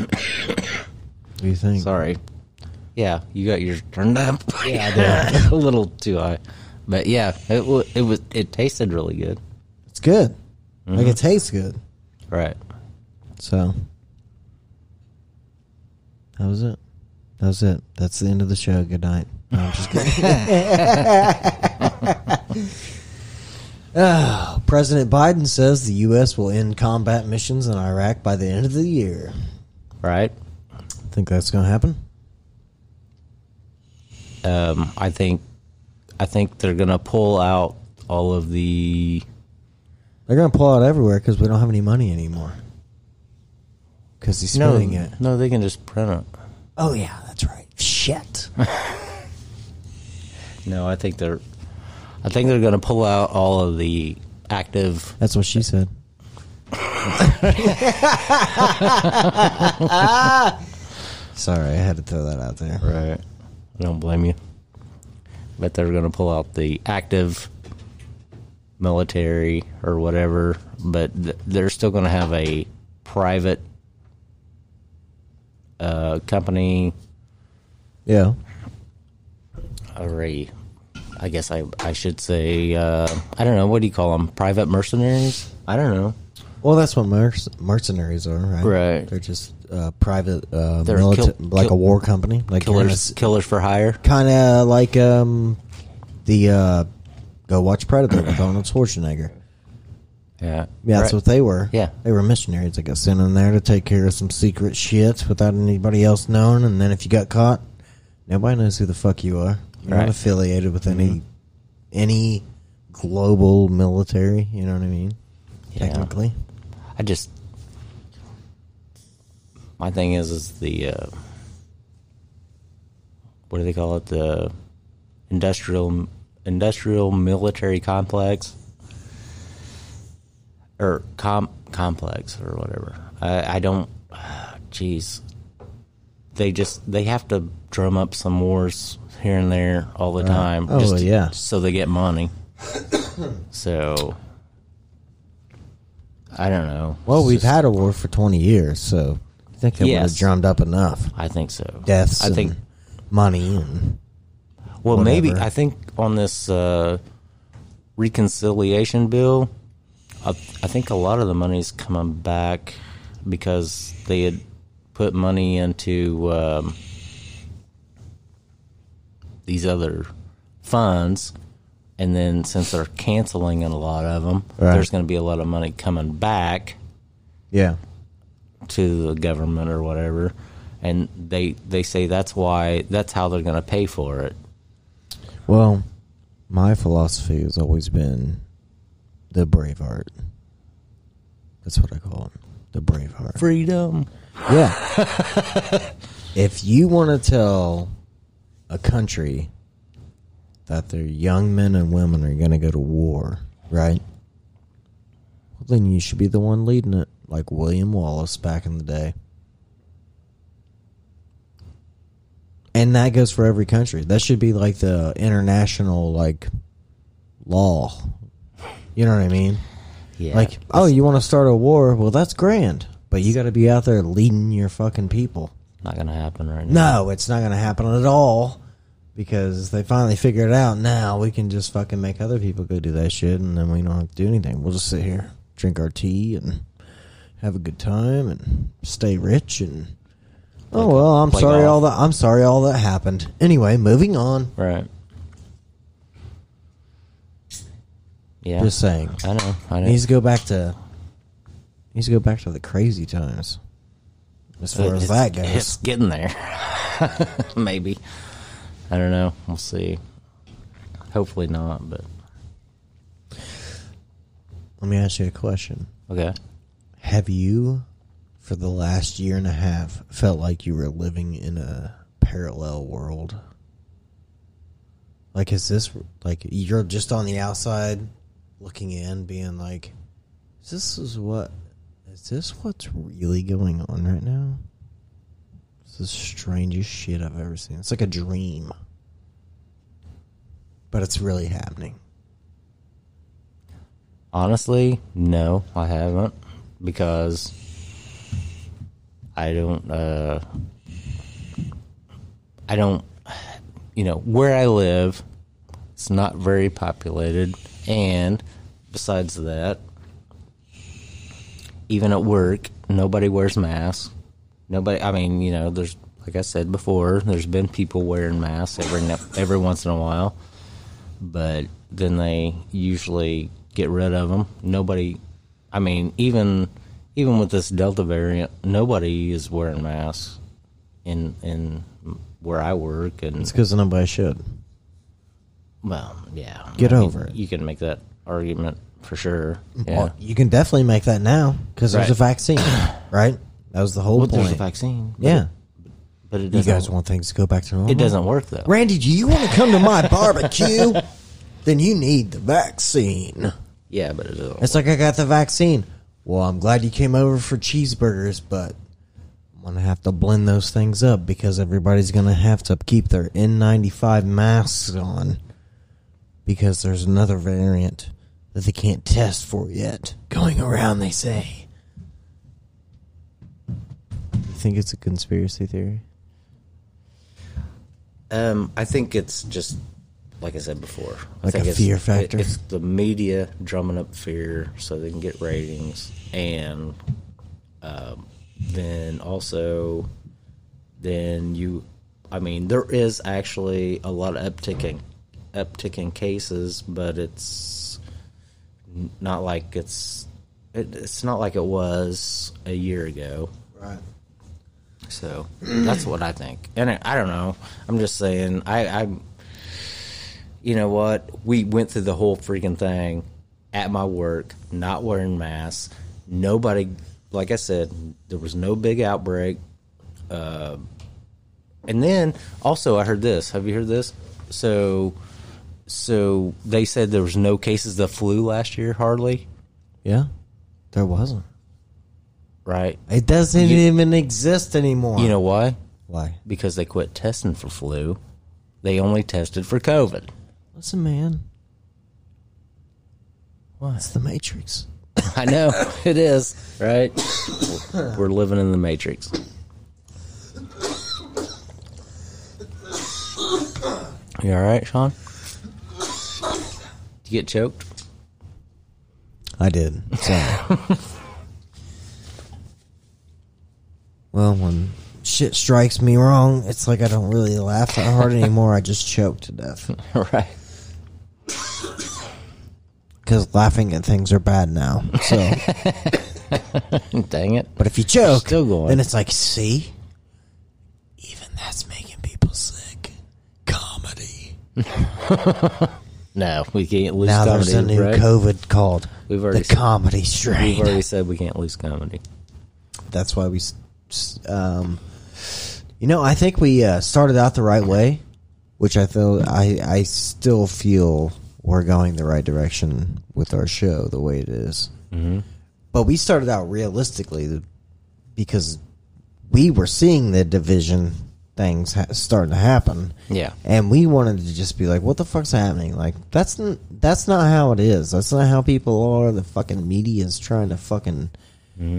what do you think? Sorry. Yeah, you got yours turned up. Yeah, a little too high. But yeah, it wa it was it tasted really good. It's good. Like it tastes good. Right. So that was it. That was it. That's the end of the show. Good night. No, I'm just kidding. Ah, President Biden says the U.S. will end combat missions in Iraq by the end of the year. Right. Think that's going to happen? Um, I think I think they're gonna pull out all of the They're going to pull out everywhere because we don't have any money anymore. Because he's No, spending it. no, they can just print it. Oh, yeah, that's right. Shit. No, I think they're, I think they're going to pull out all of the active. That's what she said. Sorry, I had to throw that out there. Right. I don't blame you. But they're going to pull out the active military or whatever, but th- they're still going to have a private uh, company Yeah. or a, I guess I I should say uh, I don't know what do you call them private mercenaries I don't know Well, that's what merc- mercenaries are, right? Right. They're just uh, private, uh, They're milita- kill- like kill- a war company, like killers killers for hire kind of like um, the uh, go watch Predator with Arnold Schwarzenegger. yeah Yeah, that's Right. what they were. Yeah. They were missionaries that got sent in there to take care of some secret shit without anybody else knowing. And then if you got caught, nobody knows who the fuck you are. You're Right. not affiliated with any any global military. You know what I mean? Yeah. Technically, I just my thing is is the uh, what do they call it the industrial industrial military complex or com complex or whatever. I, I don't. Jeez, they just they have to drum up some wars here and there all the time. Oh, just yeah. so they get money. so I don't know. well, It's we've just- had a war for twenty years, so I think they would Yes. have drummed up enough I think so. deaths. I think. and money and Well, maybe whatever. I think on this uh, reconciliation bill, I, I think a lot of the money's coming back because they had put money into um, these other funds, and then since they're canceling a lot of them, Right. there's going to be a lot of money coming back yeah, to the government or whatever, and they they say that's why that's how they're going to pay for it. Well, my philosophy has always been the brave art. That's what I call it. The brave heart. Freedom. Yeah. if you want to tell a country that their young men and women are going to go to war, right? Well, then you should be the one leading it, like William Wallace back in the day. And that goes for every country. That should be like the international like law. You know what I mean? Yeah. Like, oh, you want to start a war? Well, that's grand, but you got to be out there leading your fucking people. Not gonna happen right now. No, it's not going to happen at all because they finally figured it out. Now we can just fucking make other people go do that shit, and then we don't have to do anything. We'll just sit here, drink our tea, and have a good time, and stay rich. And oh well, I'm play sorry golf. all that. I'm sorry all that happened. Anyway, moving on. Right. Yeah. Just saying, I know. I know. needs to go back to needs to go back to the crazy times. As far as It's- that goes, It's getting there. Maybe. I don't know. We'll see. Hopefully not, but Let me ask you a question. okay. Have you, for the last year and a half, felt like you were living in a parallel world? Like, is this like you're just on the outside looking in, being like, is this is what, is this what's really going on right now? This is the strangest shit I've ever seen. It's like a dream, but it's really happening. Honestly, no, I haven't because I don't. Uh, I don't. You know where I live. It's not very populated, and besides that, even at work, nobody wears masks. Nobody. I mean, you know, there's like I said before, there's been people wearing masks every no- every once in a while but then they usually get rid of them. Nobody, I mean, even even with this Delta variant, nobody is wearing masks in in where I work. And It's because nobody should. well, yeah, Get I mean, over it. You can make that argument for sure. Yeah. Well, you can definitely make that now because there's Right. a vaccine, right? That was the whole Well, point. there's a vaccine. but Yeah. it- but it You doesn't. guys want things to go back to normal? it doesn't work though. Randy, do you want to come to my barbecue? then you need the vaccine. Yeah, but it doesn't. It's like I got the vaccine. Well, I'm glad you came over for cheeseburgers, but I'm gonna have to blend those things up because everybody's gonna have to keep their N95 masks on because there's another variant that they can't test for yet going around. They say. You think it's a conspiracy theory? Um, I think it's just like I said before. I Like think a it's- fear factor? it- It's the media drumming up fear so they can get ratings, and um, then also, then you, I mean, there is actually a lot of upticking, upticking cases, but it's n- not like it's it, it's not like it was a year ago. Right. So that's what I think. And I, I don't know. I'm just saying. I, I, you know what? We went through the whole freaking thing at my work, not wearing masks. Nobody, like I said, there was no big outbreak. Uh, and then also, I heard this. Have you heard this? So, so they said there was no cases of flu last year, hardly. Yeah, there wasn't. Right. It doesn't You- even exist anymore. You know why? why? because they quit testing for flu. They only tested for COVID. Listen, man. What? It's the Matrix. I know it is right. We're living in the matrix. You all right, Sean? Did you get choked? I did. Sorry. well, when shit strikes me wrong, it's like I don't really laugh that hard anymore. I just choke to death. right. Because laughing at things are bad now. So, Dang it. But if you choke, Still going. then it's like, see? Even that's making people sick. Comedy. No, we can't lose Now comedy. there's a new right? COVID called We've already the seen- comedy We've strain. already said we can't lose comedy. that's why we s- s- um you know i think we uh, started out the right way which i feel i i still feel we're going the right direction with our show the way it mm-hmm. but we started out realistically th- because we were seeing the division things ha- starting to happen Yeah. and we wanted to just be like what the fuck's happening like that's n- that's not how it is that's not how people are the fucking media is trying to fucking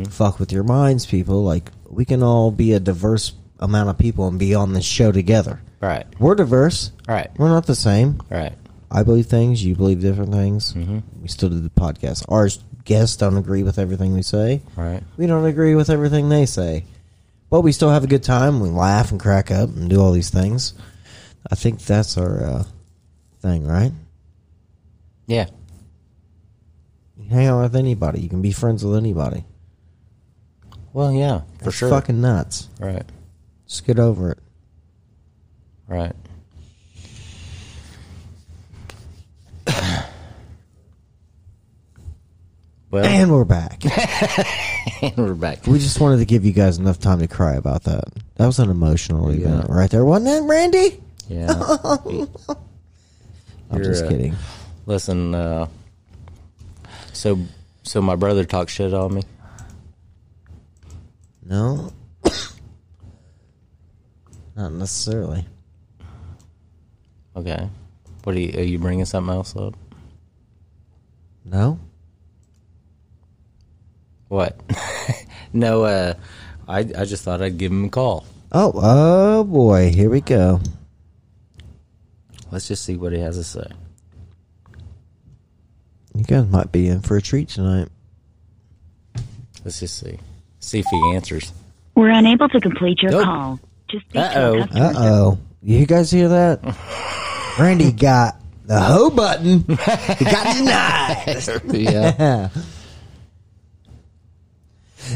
fuck with your minds, people. Like we can all be a diverse amount of people and be on this show together. Right. We're diverse. Right. We're not the same. Right. I believe things. You believe different things. Mm-hmm. We still do the podcast. Our guests don't agree with everything we say. Right. We don't agree with everything they say, but we still have a good time. We laugh and crack up and do all these things. I think that's our uh, thing, right? Yeah. You hang out with anybody. You can be friends with anybody. Well, yeah, for That's sure. Fucking nuts. Right. Just get over it. Right. well, And we're back. and we're back. We just wanted to give you guys enough time to cry about that. That was an emotional event right there, wasn't it, Randy? Yeah. I'm You're, just uh, kidding. Listen, uh, so so my brother talked shit on me. No, not necessarily. Okay. What are you, are you bringing something else up? No, What? no, uh, I I just thought I'd give him a call. Oh, oh boy, here we go. Let's just see what he has to say. You guys might be in for a treat tonight. Let's just see. See if he answers. We're unable to complete your Nope. call. Just speak Uh-oh. to a customer Uh oh, you guys hear that? Randy got the hoe button. He got denied. yeah.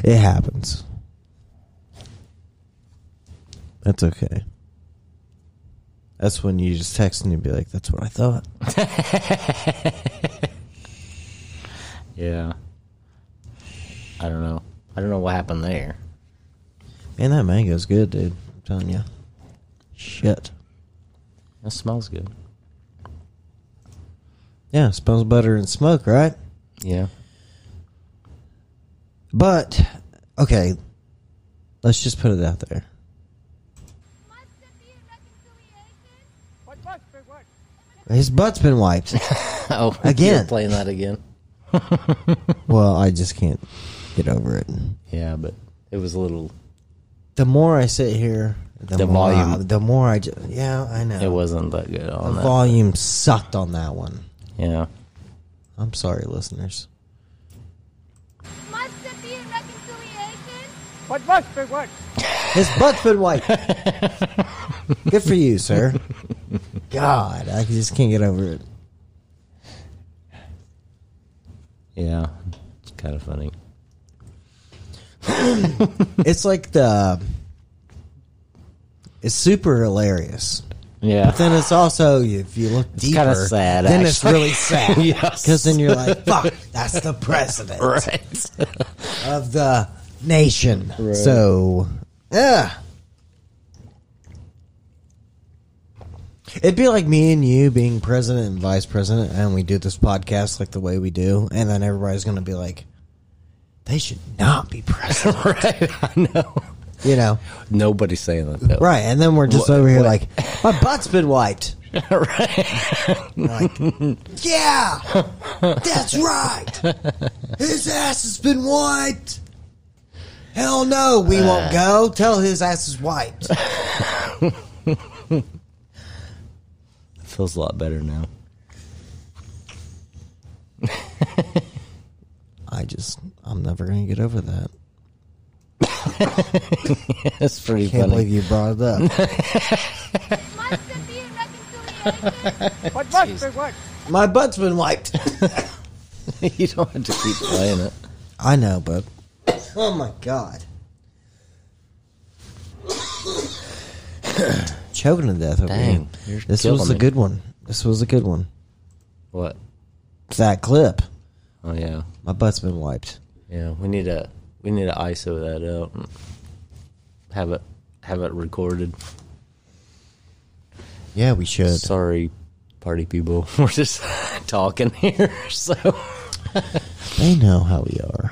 It happens. That's okay. That's when you just text and you be like, "That's what I thought." Yeah. I don't know. I don't know what happened there. Man, that mango's good, dude. I'm telling you. Shit. That smells good. Yeah, smells better than smoke, right? Yeah. But okay, let's just put it out there. His butt's been wiped. Oh, Again. you're playing that again. well, I just can't get over it. Yeah, but it was a little. The more I sit here, the, The more I- volume- the more I just yeah, I know. It wasn't that good on the that. volume sucked on that one. Yeah. I'm sorry, listeners. Must it be in reconciliation? What must be what? His butt's been wiped. Good for you, sir. God, I just can't get over it. Yeah. It's kind of funny. It's like the. It's super hilarious. Yeah. But then it's also if you look deeper, kinda sad, Then it's actually. really sad Yes. because then you're like, "Fuck, that's the president Right. of the nation." So, yeah, it'd be like me and you being president and vice president, and we do this podcast like the way we do, and then everybody's gonna be like, "They should not be president," right. I know. you know? Nobody's saying that though. Right? And then we're just What- over here what- like, "My butt's been wiped." Yeah, that's right. His ass has been wiped. Hell no, we won't go. Tell his ass is wiped. Feels a lot better now. I just, I'm never gonna get over that. That's pretty Can't funny. believe you brought it up. Must it be in reconciliation? What must be what? My butt's been wiped. You, don't have to keep playing it. I know, but oh my god, choking to death over Dang, here. you're This was killing a me. good one. This was a good one. What? That clip. Oh yeah. My butt's been wiped. Yeah. We need to we need to ISO that out and have it have it recorded. Yeah, we should. Sorry, party people. We're just talking here. So They know how we are.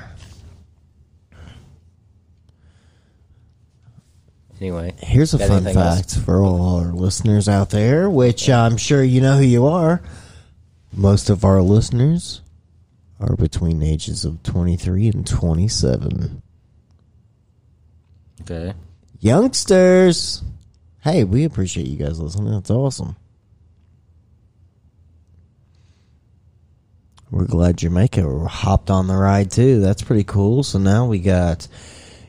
anyway. Here's a got fun anything else? fact for all our listeners out there, which I'm sure you know who you are. Most of our listeners are between ages of 23 and 27. Okay. Youngsters! Hey, we appreciate you guys listening. That's awesome. We're glad Jamaica hopped on the ride too. That's pretty cool. So now we got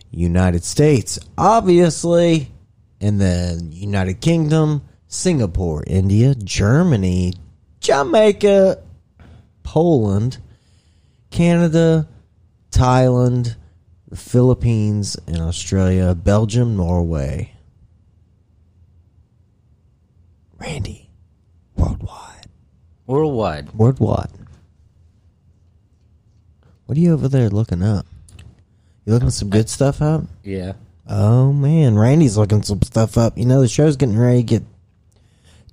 United States, obviously, and then United Kingdom, Singapore, India, Germany, Jamaica, Poland, Canada, Thailand, the Philippines, and Australia, Belgium, Norway. Randy, worldwide. Worldwide. Worldwide. What are you over there looking up? You looking some good stuff up? Yeah. Oh man, Randy's looking some stuff up. You know the show's getting ready to get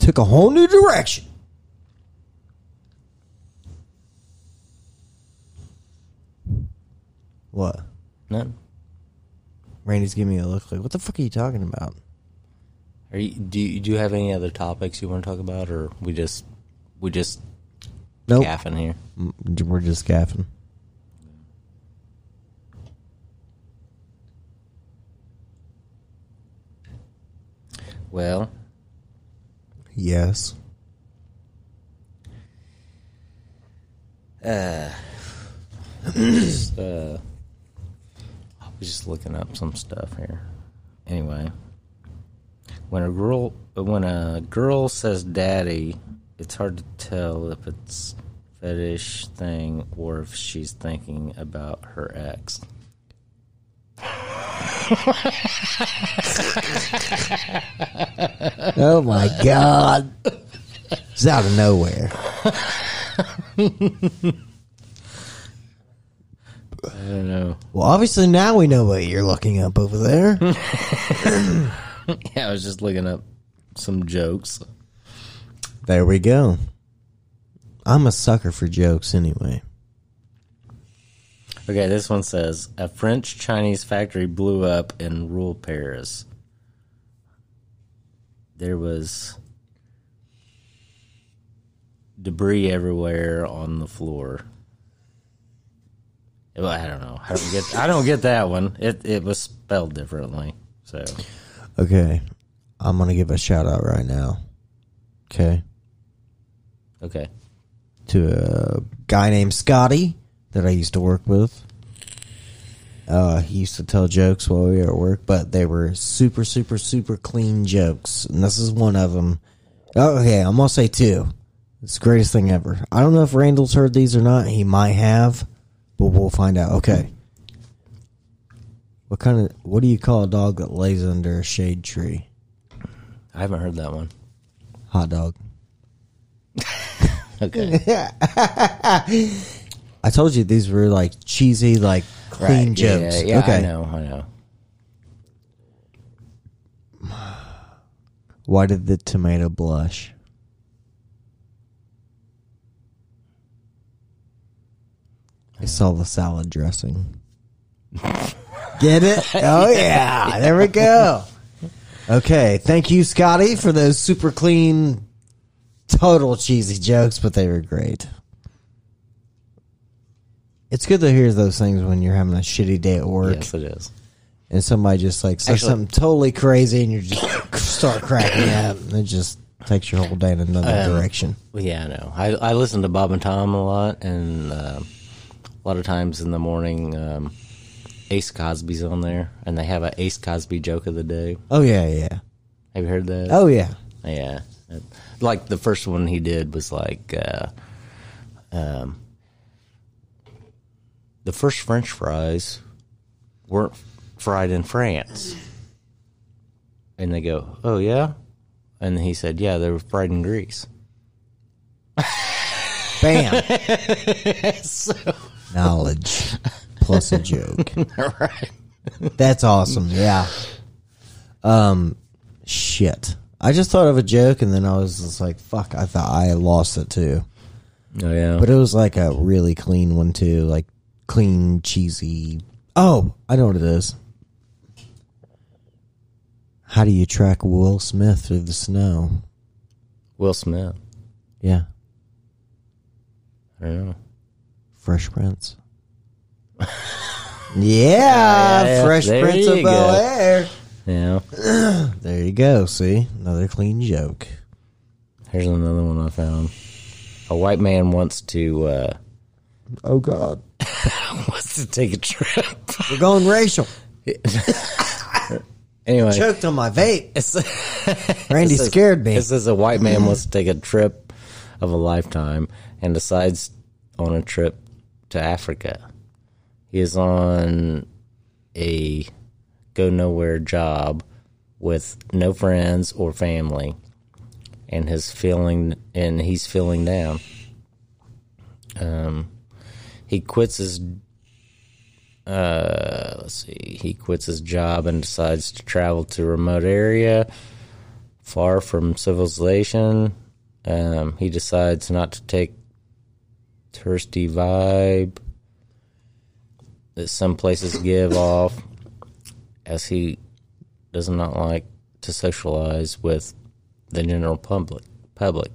took a whole new direction. What? No. Randy's giving me a look like, what the fuck are you talking about? Are you, do you do you have any other topics you want to talk about, or we just we just Nope. gaffing here? Mm, We're just gaffing. Well, Yes. uh, I was just looking up some stuff here. Anyway, when a girl when a girl says "daddy," it's hard to tell if it's fetish thing or if she's thinking about her ex. Oh my god. It's out of nowhere. I don't know. Well, obviously now we know what you're looking up over there. yeah, I was just looking up some jokes. there we go. I'm a sucker for jokes anyway. Okay, this one says a French Chinese factory blew up in rural Paris. There was debris everywhere on the floor. Well, I don't know. I don't get. I don't get that one. It it was spelled differently. So Okay. I'm going to give a shout out right now. Okay. okay, to a guy named Scotty that I used to work with. Uh, he used to tell jokes while we were at work, but they were super, super, super clean jokes, and this is one of them. Okay, I'm gonna say two. It's the greatest thing ever. I don't know if Randall's heard these or not. He might have, but we'll find out. Okay. What kind of what do you call a dog that lays under a shade tree? I haven't heard that one. Hot dog. Okay, I told you these were like cheesy, like clean Right, yeah, jokes. Yeah, yeah, okay. I know. I know. Why did the tomato blush? I saw the salad dressing. Get it? Oh yeah. There we go. Okay, thank you Scotty for those super clean total cheesy jokes, but they were great. It's good to hear those things when you're having a shitty day at work Yes, it is. and somebody just like says Actually- something totally crazy and you just start cracking up and it just takes your whole day in another Um, direction Well, yeah, I know. I, I listen to Bob and Tom a lot, and uh, a lot of times in the morning, um, Ace Cosby's on there, and they have a Ace Cosby joke of the day. oh yeah yeah Have you heard that? oh yeah Yeah. Like the first one he did was like, uh, um, the first French fries weren't fried in France. And they go, oh, yeah? And he said, yeah, they were fried in Greece. bam so, knowledge plus a joke right. that's awesome yeah um shit i just thought of a joke and then i was just like fuck i thought i lost it too Oh, yeah. but it was like a really clean one too like clean cheesy oh i know what it is how do you track will smith through the snow Will Smith. yeah I don't know. fresh prince yeah, yeah, yeah. fresh There prince of you bel go. air Yeah. there you go see another clean joke Here's another one I found. A white man wants to uh, oh god wants to take a trip. we're going racial anyway, choked on my vape it's, randy says- scared me It says a white man wants to take a trip of a lifetime and decides on a trip to Africa. He is on a go nowhere job with no friends or family, and his feeling and he's feeling down. Um, he quits his. Uh, let's see. He quits his job and decides to travel to a remote area far from civilization. Um, he decides not to take touristy vibe that some places give off, as he does not like to socialize with the general public. Public.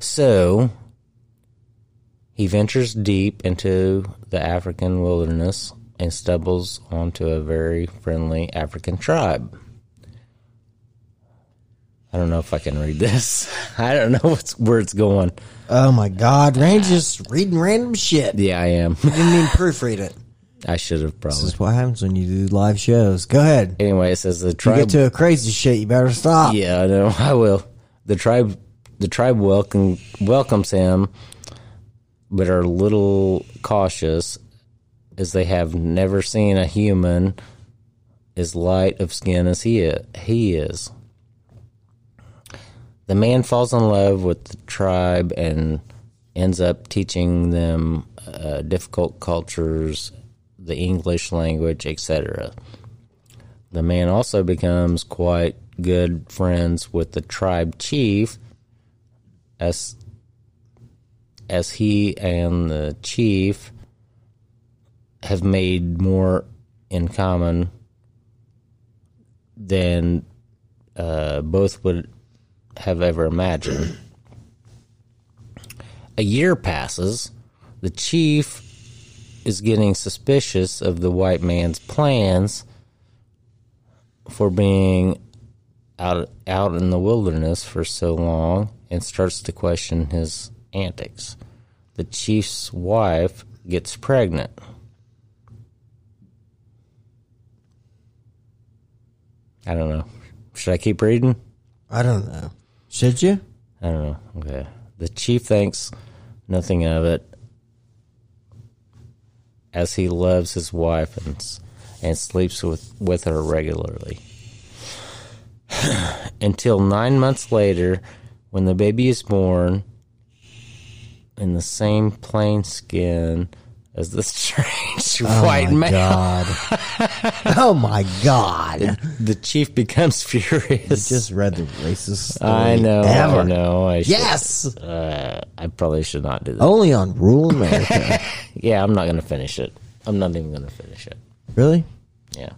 So he ventures deep into the African wilderness and stumbles onto a very friendly African tribe. I don't know if I can read this. I don't know what's, where it's going. oh my god randy's just reading random shit Yeah, I am. didn't even proofread it I should have This probably. is what happens when you do live shows. Go ahead. Anyway, it says the You tribe. get to a crazy shit, you better stop. Yeah, I know. I will. The tribe, the tribe welcome, welcomes him, but are a little cautious, as they have never seen a human as light of skin as he is. He is. The man falls in love with the tribe and ends up teaching them uh, difficult cultures, the English language, etc. The man also becomes quite good friends with the tribe chief, as as he and the chief have made more in common than uh, both would have ever imagined. A year passes. The chief is getting suspicious of the white man's plans for being out out in the wilderness for so long and starts to question his antics. The chief's wife gets pregnant. I don't know. Should I keep reading? I don't know. Should you? I don't know. Okay. The chief thinks nothing of it as he loves his wife and, s- and sleeps with, with her regularly. Until nine months later, when the baby is born in the same plain skin as the strange Oh white my man. God. oh my God. The chief becomes furious. Just read the racist. Story I know. I ever. know. I should- Yes. uh, I probably should not do that. Only on Rule America. Yeah, I'm not gonna finish it. I'm not even gonna finish it. really? Yeah.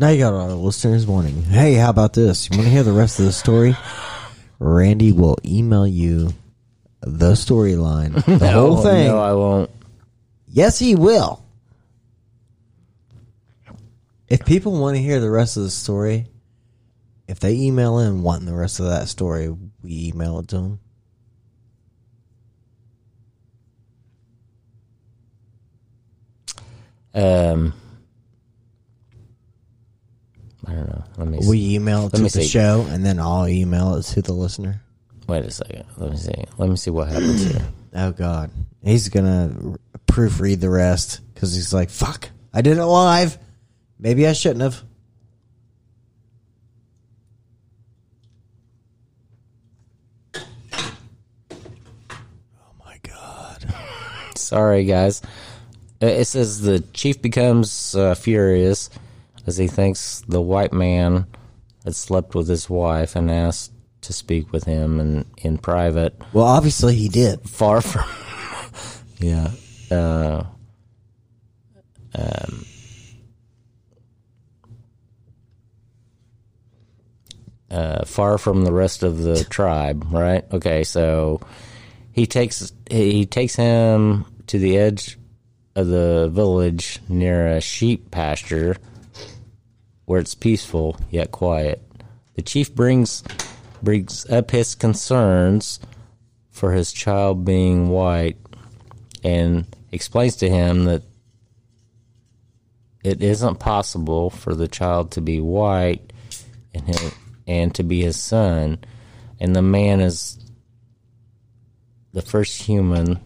Now you got our listeners warning. Hey, how about this? You want to hear the rest of the story? Randy will email you the storyline, the whole thing. Oh, No, I won't. Yes, he will. If people want to hear the rest of the story, if they email in wanting the rest of that story, we email it to them. Um, I don't know. Let me. We email it Let to me the see. show, and then I'll email it to the listener. Wait a second. Let me see. Let me see what happens here. Oh God, he's gonna r- proofread the rest because he's like, "Fuck, I did it live. Maybe I shouldn't have." Oh my God! Sorry, guys. Uh, It says the chief becomes uh, furious as he thinks the white man had slept with his wife and asked to speak with him in, in private. Well, obviously he did. far from yeah uh, um, uh, far from the rest of the tribe right okay so he takes he takes him to the edge of the village near a sheep pasture where it's peaceful yet quiet the chief brings brings up his concerns for his child being white and explains to him that it isn't possible for the child to be white and him, and to be his son and the man is the first human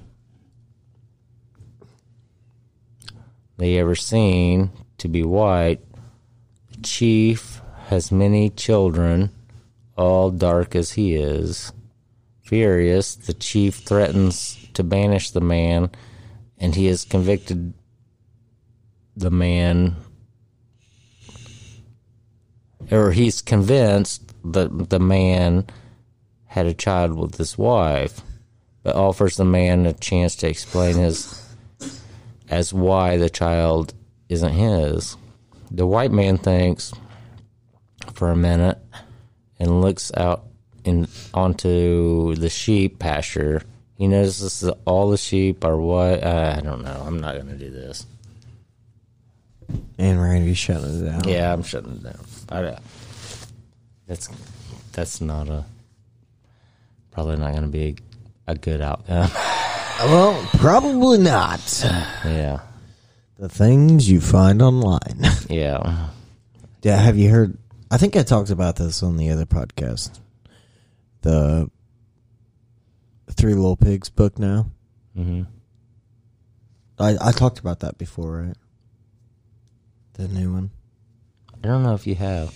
they ever seen to be white the chief has many children all dark as he is Furious, the chief threatens to banish the man, and he has convicted the man, or he's convinced that the man had a child with his wife, but offers the man a chance to explain his as why the child isn't his. The white man thinks for a minute and looks out in onto the sheep pasture. He notices that all the sheep are what uh, I don't know. I'm not gonna do this. And Randy shut it down. Yeah, I'm shutting it down. I, don't- that's that's not a probably not gonna be a, good outcome. Well, probably not. yeah, The things you find online. yeah. Yeah, have you heard? I think I talked about this on the other podcast. The Three Little Pigs book now. hmm I, I talked about that before, right? The new one I don't know if you have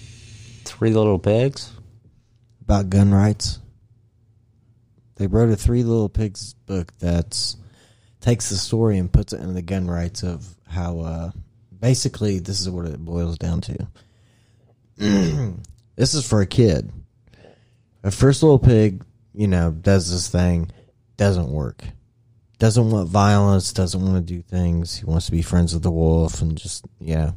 three little pigs. about gun rights. They wrote a Three Little Pigs book that's takes the story and puts it in the gun rights of how uh, basically this is what it boils down to. this is for a kid. A first little pig, you know, does this thing, doesn't work. Doesn't want violence, doesn't want to do things. He wants to be friends with the wolf and just, you know,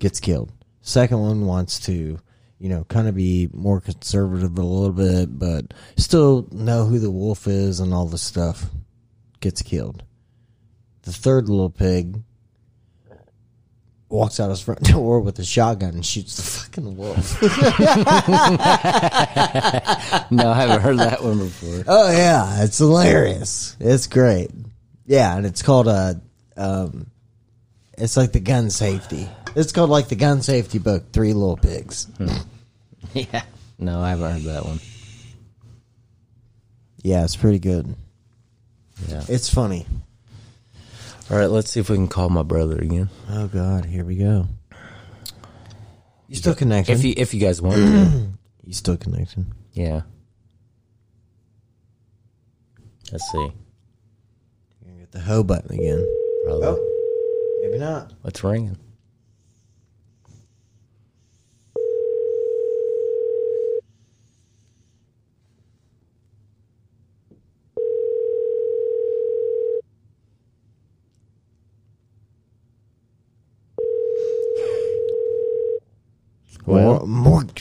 gets killed. Second one wants to, you know, kind of be more conservative a little bit, but still know who the wolf is and all this stuff. Gets killed. The third little pig walks out his front door with a shotgun and shoots the fucking wolf. no, I haven't heard that one before. Oh yeah, it's hilarious. It's great. Yeah, and it's called a. Um, it's like the gun safety. It's called like the gun safety book. Three little pigs. yeah. No, I haven't heard that one. Yeah, it's pretty good. Yeah. It's funny. All right, let's see if we can call my brother again. Oh God, here we go. You still connecting? If you if you guys want to. you still connecting? Yeah. Let's see. You're gonna get the hoe button again. Probably. Oh. Oh. Maybe not. What's ringing? Well, more.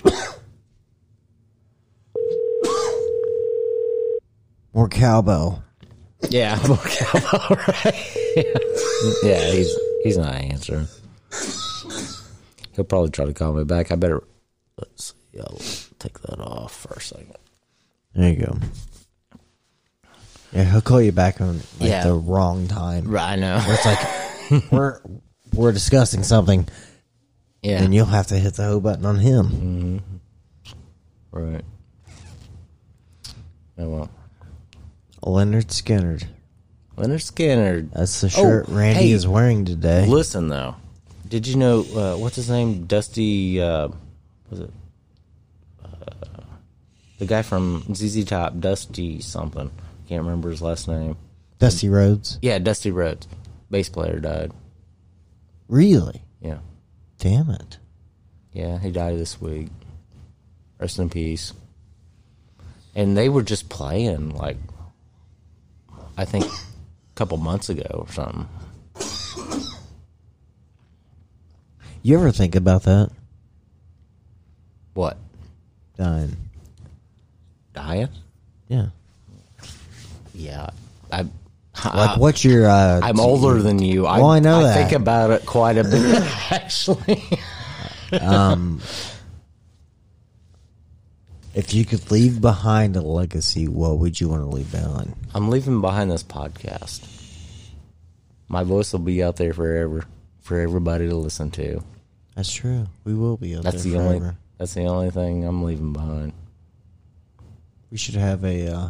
More cowbell. Yeah, more cowbell, right? yeah, he's he's not answering. He'll probably try to call me back. I better let's see. I'll take that off for a second. There you go. Yeah, he'll call you back on like Yeah. the wrong time. Right, I know. Where it's like we're we're discussing something, Yeah, Mm. and you'll have to hit the hoe button on him. right. I won't. Leonard Skinner. Leonard Skinner. That's the shirt Oh, Randy hey. is wearing today. Listen though, did you know uh, what's his name? Dusty uh, was it? Uh, the guy from ZZ Top, Dusty something. Can't remember his last name. Dusty Rhodes. Yeah, Dusty Rhodes, bass player, died. Really? Yeah, Damn it. yeah, he died this week. Rest in peace. And they were just playing like, I think, a couple months ago or something. You ever think about that? What? Dying. Dying? Yeah. Yeah, I. Like, what's your? Uh, I'm older than you. I, Well, I know I that. think about it quite a bit, actually. If you could leave behind a legacy, what would you want to leave behind? I'm leaving behind this podcast. My voice will be out there forever for everybody to listen to. That's true. We will be out That's there the forever. only. That's the only thing I'm leaving behind. We should have a uh,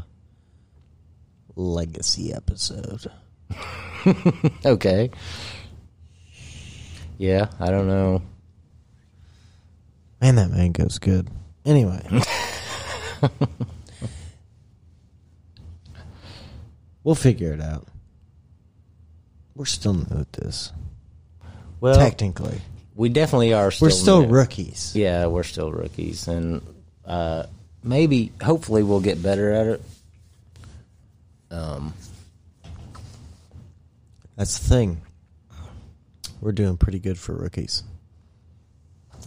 legacy episode. Okay. Yeah, I don't know. Man, that mango's good. Anyway. we'll figure it out. We're still new at this. Well, Technically. we definitely are. Still We're still new. rookies. Yeah, we're still rookies, and uh, maybe, hopefully, we'll get better at it. That's the thing. We're doing pretty good for rookies.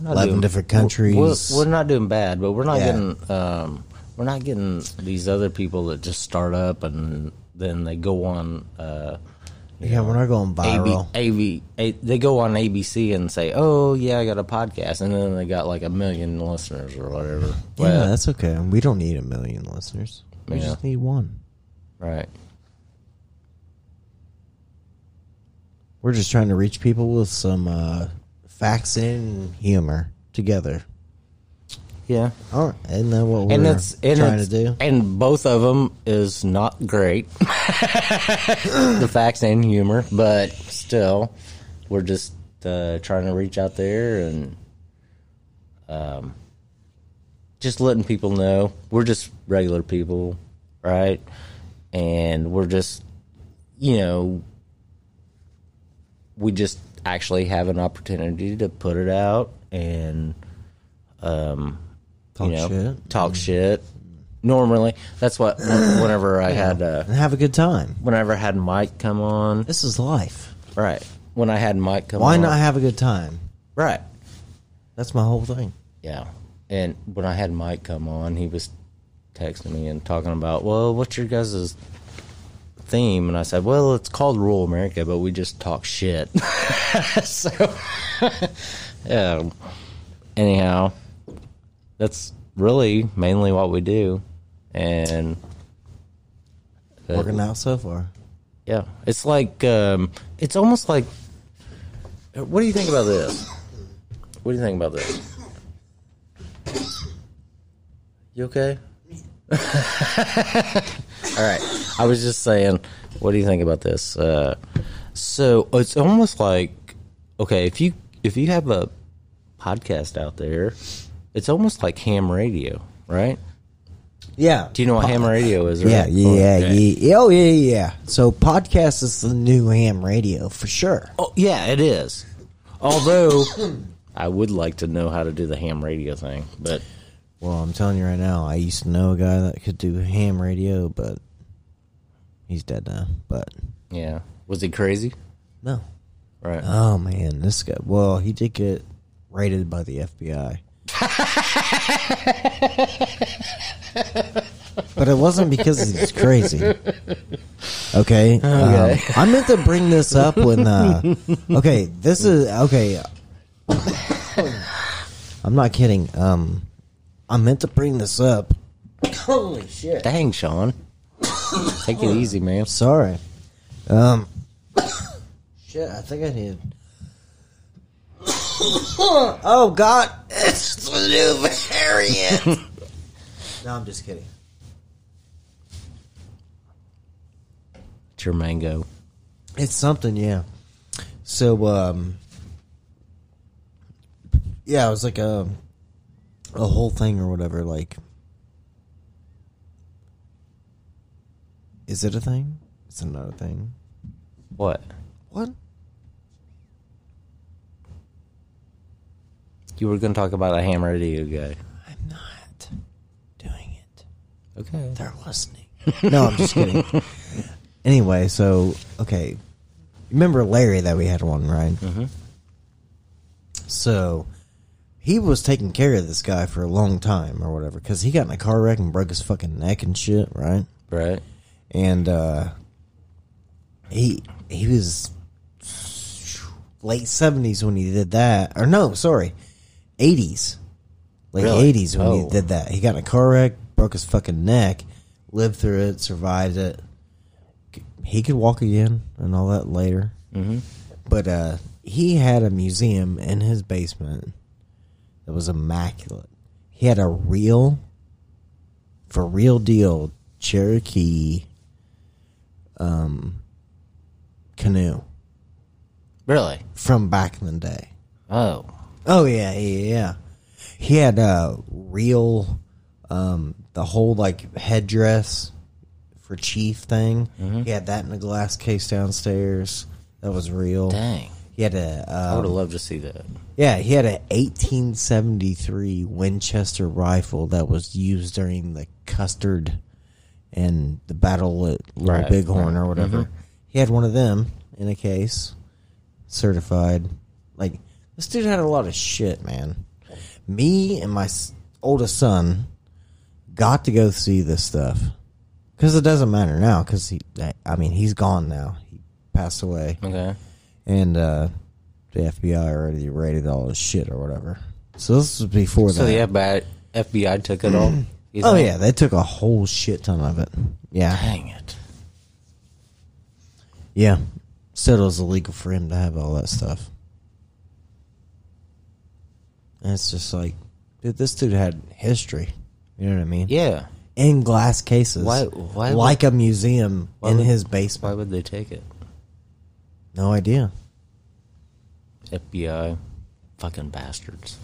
not 11 different we're- countries. We're, we're not doing bad, but we're not Yeah. getting um, we're not getting these other people that just start up and then they go on uh, Yeah, we're not going AB, viral. AB, A- they go on ABC and say, "Oh yeah, I got a podcast," and then they got like a million listeners or whatever. yeah, Well, that's okay. We don't need a million listeners. We Yeah. just need one. right. We're just trying to reach people with some uh, facts and humor together. Yeah, All right, isn't that what we're and it's and trying it's, to do? and both of them is not great. the facts and humor, but still, we're just uh, trying to reach out there and um, just letting people know we're just regular people, right? And we're just, you know, we just actually have an opportunity to put it out and um, Talk you know, shit. Mm. Talk shit. Normally, that's what. Whenever I had uh, and have a good time. Whenever I had Mike come on, this is life, right? When I had Mike come, Why on, not have a good time? right? That's my whole thing. Yeah. And when I had Mike come on, he was texting me and talking about, well, what's your guys' theme? And I said, well, it's called Rural America, but we just talk shit. so, yeah. Anyhow, that's really mainly what we do. And uh, Working out so far. yeah, it's like um, it's almost like. What do you think about this? What do you think about this? You okay? All right. I was just saying, what do you think about this? Uh, so it's almost like okay, if you if you have a podcast out there, it's almost like ham radio, right? Yeah. Do you know what ham radio is? Yeah, right? yeah, Okay. yeah. Oh, yeah, yeah. So podcast is the new ham radio for sure. Oh, yeah, it is. Although I would like to know how to do the ham radio thing, but Well, I'm telling you right now, I used to know a guy that could do ham radio, but he's dead now. But yeah, was he crazy? no. Right. Oh man, this guy. Well, he did get raided by the FBI. but it wasn't because he's crazy. Okay. um, I meant to bring this up when. Uh, okay, this is okay. I'm not kidding. Um, I meant to bring this up. Holy shit! Dang, Sean. Take it easy, man. Sorry. Um. shit, I think I need. oh God! It's the new variant. no, I'm just kidding. It's your mango. It's something, yeah. So, um, yeah, it was like a a whole thing or whatever. Like, is it a thing? It's another thing. What? What? You were going to talk about a ham radio guy. I'm not doing it. Okay. They're listening. no, I'm just kidding. Anyway, so okay, remember Larry that we had one right? Mm-hmm. So he was taking care of this guy for a long time or whatever because he got in a car wreck and broke his fucking neck and shit, right? Right. And uh, he he was late seventies when he did that, or no, sorry, eighties, late Really? eighties when Oh. he did that. He got in a car wreck, broke his fucking neck, lived through it, survived it. He could walk again and all that later. Mm-hmm. But uh, he had a museum in his basement that was immaculate. He had a real, for real deal, Cherokee um, canoe Really? from back in the day. Oh. Oh yeah, yeah, yeah. He had a real, um, the whole like headdress for chief thing. He had that in a glass case downstairs. That was real. Dang. He had a I um, would have loved to see that. yeah, he had a 1873 Winchester rifle that was used during the Custard and the battle at Little Right, Bighorn right, Mm-hmm. or whatever. He had one of them in a case, certified. Like this dude had a lot of shit, man. Me and my s- oldest son got to go see this stuff because it doesn't matter now. Because he, I mean, he's gone now. He passed away Okay. and uh, the FBI already raided all his shit or whatever. So this was before So that. the FBI, FBI took it all? You oh think? yeah, they took a whole shit ton of it. Yeah, Dang it. yeah. Said it was illegal for him to have all that stuff. And it's just like, dude, this dude had history. You know what I mean? Yeah. In glass cases, Why- why would- like a museum why in would- his Why basement. would they take it? No idea. FBI, fucking bastards.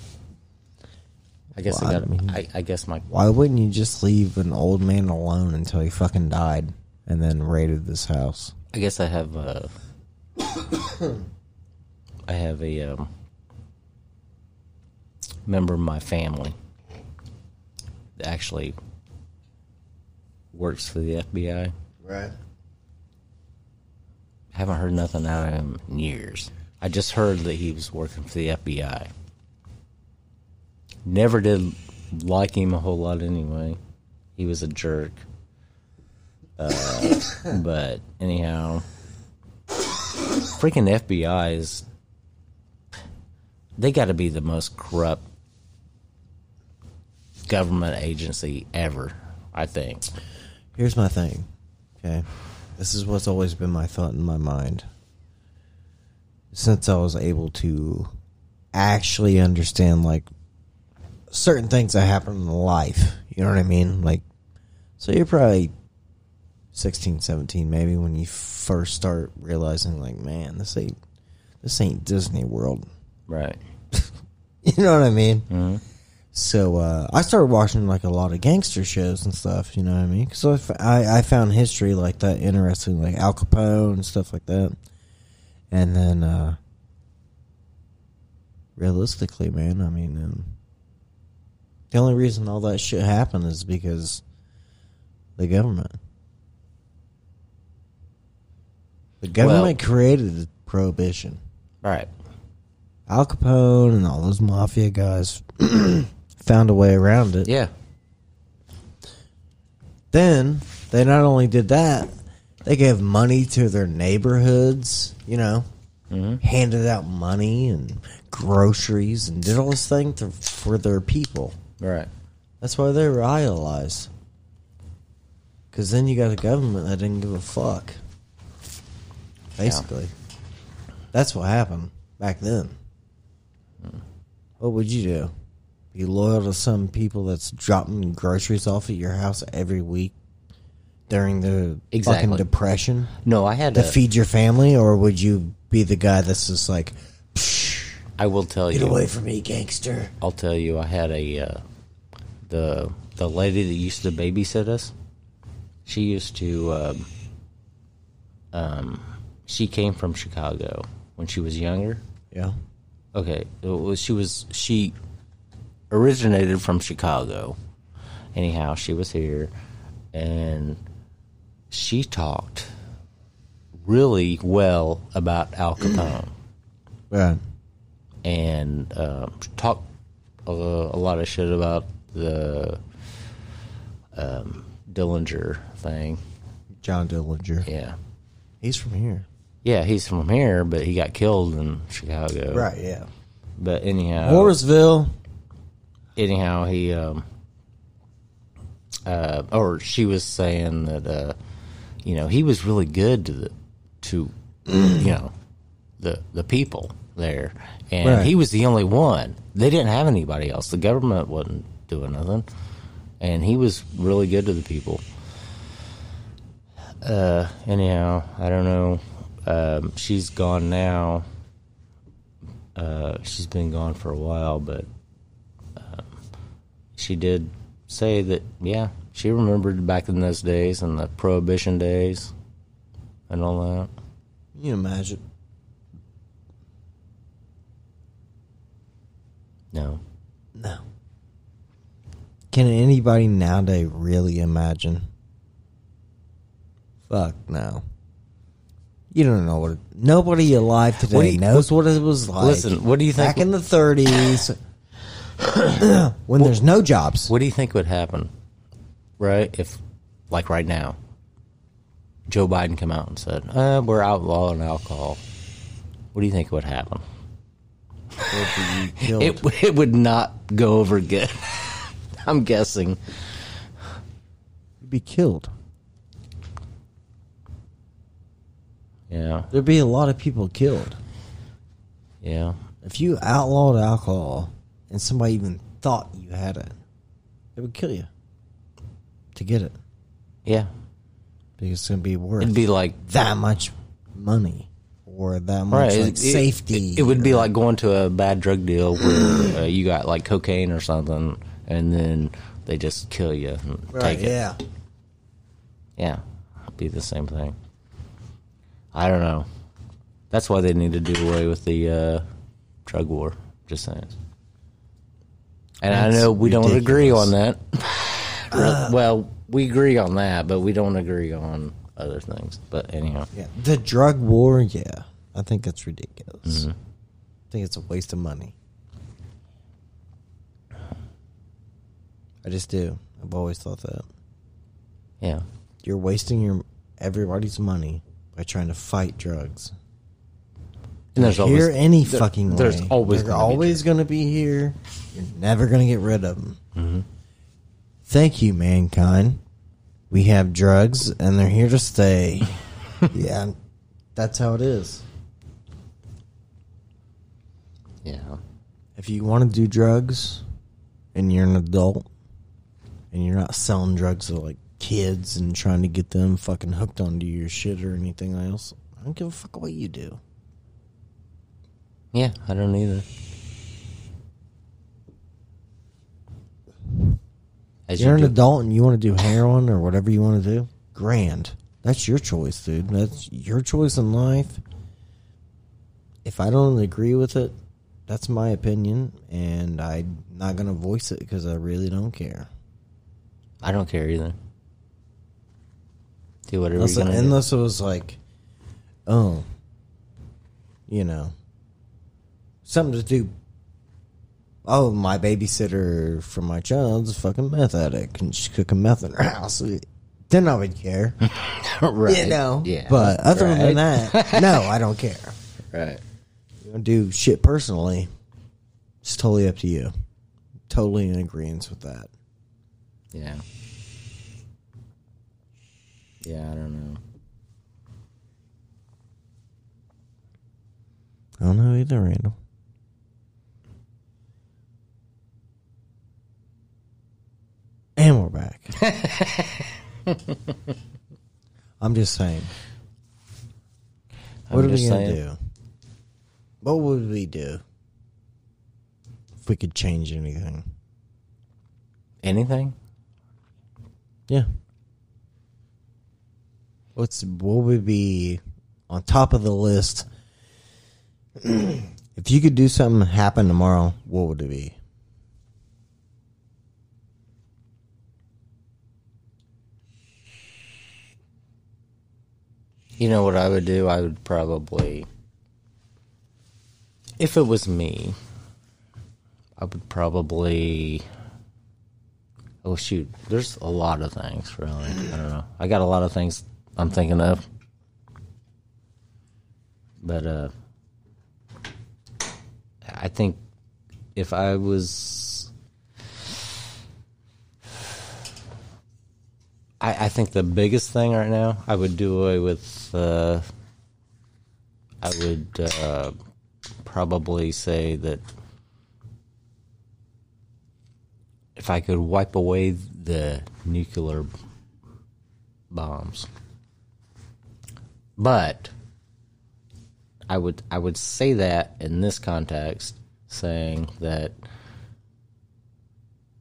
I guess Well, I I got. mean- I, I guess my Why wouldn't you just leave an old man alone until he fucking died and then raided this house? I guess I have uh, I have a um, member of my family that actually works for the FBI. Right. Haven't heard nothing out of him in years. I just heard that he was working for the FBI. Never did like him a whole lot anyway. He was a jerk. Uh, but anyhow, freaking FBI is. They got to be the most corrupt government agency ever, I think. Here's my thing. Okay. This is what's always been my thought in my mind. Since I was able to actually understand like certain things that happen in life, you know what I mean? Like so you're probably 16, 17 maybe when you first start realizing like, man, this ain't this ain't Disney World. Right. you know what I mean? So uh, I started watching like a lot of gangster shows and stuff. You know what I mean? Because I, f- I- I found history like that interesting, like Al Capone and stuff like that. And then, uh, realistically, man, I mean, um, the only reason all that shit happened is because the government. The government created prohibition. Right. Al Capone and all those mafia guys found a way around it. Yeah. Then they not only did that, they gave money to their neighborhoods, you know, handed out money and groceries and did all this thing to, for their people. Right. That's why they were idolized. Because then you got a government that didn't give a fuck. Basically. That's what happened back then. What would you do? Be loyal to some people that's dropping groceries off at your house every week during the fucking Exactly. depression No, I had to to. feed your family, or would you be the guy that's just like, I will tell get you. away from me, gangster? I'll tell you, I had a uh, the the lady that used to babysit us. She used to. Um, um, she came from Chicago when she was younger. Yeah. Okay, it was- she was she originated from Chicago. Anyhow, she was here, and she talked really well about Al Capone Right. and um, talk a, a lot of shit about the um, Dillinger thing. John Dillinger. Yeah, He's from here. yeah, he's from here, but he got killed in Chicago. Right, yeah. But anyhow, Morrisville. anyhow, he um, uh, or she was saying that uh, you know he was really good to the to you know the the people there, and Right. he was the only one. They didn't have anybody else. The government wasn't doing nothing, and he was really good to the people. Uh, anyhow, I don't know. Um, she's gone now. Uh, she's been gone for a while, but she did say that yeah she remembered back in those days and the prohibition days and all that You imagine. no No. Can anybody nowadays really imagine? Fuck no. You don't know what. Nobody alive What do today you- knows what it was like. listen what do you think back in the '30s, when there's no jobs, what do you think would happen right if like right now joe biden come out and said uh, we're outlawing alcohol what do you think would happen killed. it, it would not go over good i'm guessing you'd be killed. yeah There'd be a lot of people killed yeah if you outlawed alcohol and somebody even thought you had it. It would kill you to get it yeah because it's going to be worth. it'd be like that much money or that much Right, like, it- it- safety. It, would be like going to a bad drug deal where uh, you got like cocaine or something, and then they just kill you and right, take it. yeah. Yeah, it'd be the same thing. I don't know. That's why they need to do away with the uh, drug war. Just saying. And That's I know we don't agree ridiculous. on that. Re- well, we agree on that, but we don't agree on other things. But anyhow, Yeah, the drug war. Yeah, I think that's ridiculous. Mm-hmm. I think it's a waste of money. I just do. I've always thought that yeah. you're wasting your everybody's money by trying to fight drugs. And there's Here, always any there- fucking There's way. always they're gonna be always going to be here. You're never going to get rid of them. Mm-hmm. Thank you, mankind. We have drugs, and they're here to stay. yeah, that's how it is. drugs. yeah. If you want to do drugs, and you're an adult, and you're not selling drugs to like kids and trying to get them fucking hooked onto your shit or anything else, I don't give a fuck what you do. Yeah, I don't either. As You're an do- adult and you want to do heroin or whatever you want to do. Grand. That's your choice, dude. That's your choice in life. If I don't agree with it, that's my opinion, and I'm not gonna voice it because I really don't care. I don't care either. Do whatever Unless, you're gonna do. unless it was like, oh, you know, something to do. Oh, my babysitter for my child's a fucking meth addict, and she's cooking meth in her house. Then I would care. right. you know. Yeah. But other than Right. that, no, I don't care. right. You wanna do shit personally. It's totally up to you. Totally in agreement with that. Yeah. Yeah, I don't know. I don't know either, Randall. And we're back. I'm just saying. I'm What are we just gonna saying. do? What would we do if we could change anything? Anything? Yeah. What's what would be on top of the list? if you could do something happen tomorrow, what would it be? You know what I would do? I would probably, if it was me, I would probably. Oh shoot! There's a lot of things. Really, I don't know. I got a lot of things I'm thinking of, but uh, I think if I was, I, I think the biggest thing right now I would do away with. Uh, I would uh, probably say that if I could wipe away the nuclear bombs, but I would I would say that in this context, saying that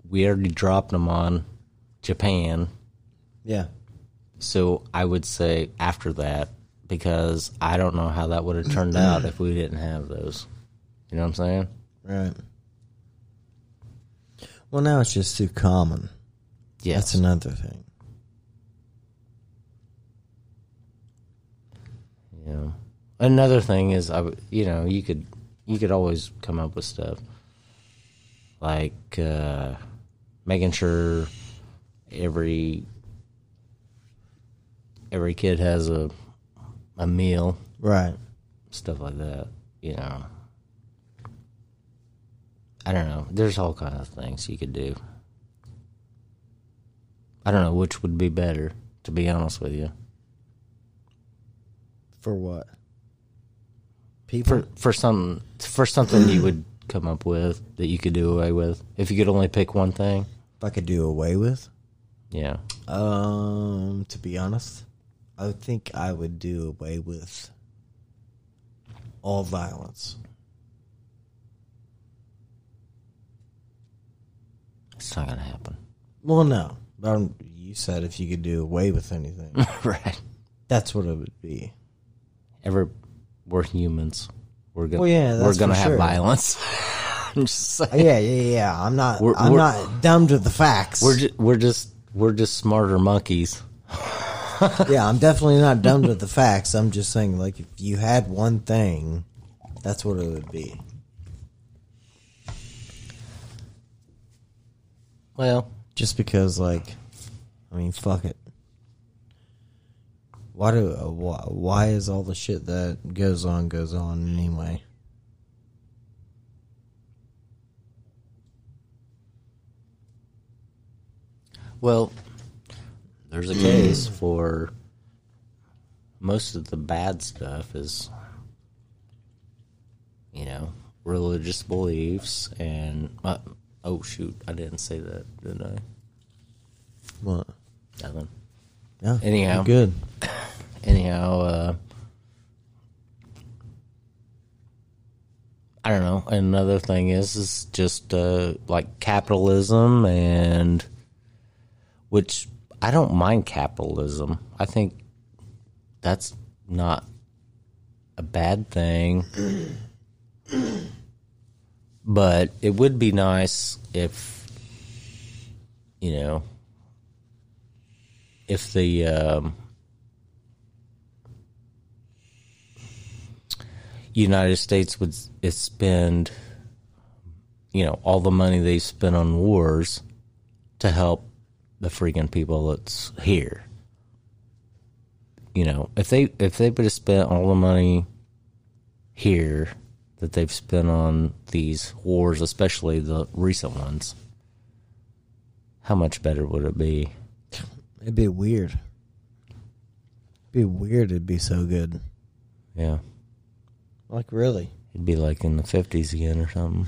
we already dropped them on Japan Yeah. so I would say after that, because I don't know how that would have turned out if we didn't have those. You know what I'm saying? Right. Well, now it's just too common. Yes. That's another thing. you know. Another thing is, I would, you know, you could you could always come up with stuff like uh, making sure every every kid has a a meal, Right. stuff like that. You know, I don't know. There's all kinds of things you could do. I don't know which would be better, to be honest with you. For what? For People. for some for something you would come up with that you could do away with if you could only pick one thing. if I could do away with. Yeah. Um, to be honest, I would think I would do away with all violence. It's not gonna happen. Well, no. But I'm, you said if you could do away with anything, right. that's what it would be. Every we're humans. We're gonna Well, yeah, we're that's gonna for have sure. violence. I'm just saying. yeah, yeah, yeah. I'm not. We're- I'm we're- not dumb to the facts. We're just we're just we're just smarter monkeys. yeah, I'm definitely not dumb to the facts. I'm just saying, like, if you had one thing, that's what it would be. Well, just because, like, I mean, fuck it. Why do uh, why, why is all the shit that goes on goes on anyway? Well, there's a case for most of the bad stuff is, you know, religious beliefs and. Uh, oh, shoot. I didn't say that, did I? What? Nothing. Yeah, Anyhow. good. Anyhow, uh, I don't know. Another thing is, is just uh, like capitalism and which I don't mind capitalism. I think that's not a bad thing. but it would be nice if you know if the um, United States would s- is spend you know all the money they spend on wars to help the freaking people that's here. You know, if they if they would have spent all the money here that they've spent on these wars, especially the recent ones, how much better would it be? It'd be weird. It'd be weird. It'd be so good. Yeah. Like really. It'd be like in the fifties again or something.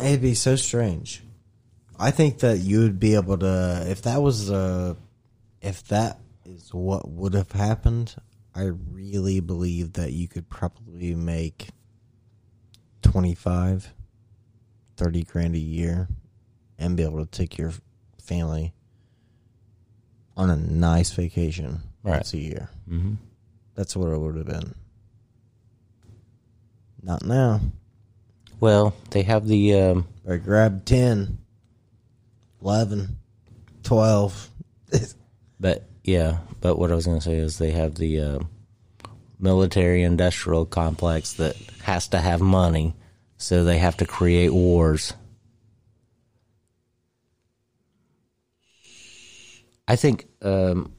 It'd be so strange. I think that you would be able to, if that was the, if that is what would have happened, I really believe that you could probably make 25, 30 grand a year and be able to take your family on a nice vacation Right. once a year. Mhm. That's what it would have been. Not now. well, they have the um, I grabbed 10, 11, 12. But yeah, but what I was going to say is they have the uh, military industrial complex that has to have money, so they have to create wars. I think um,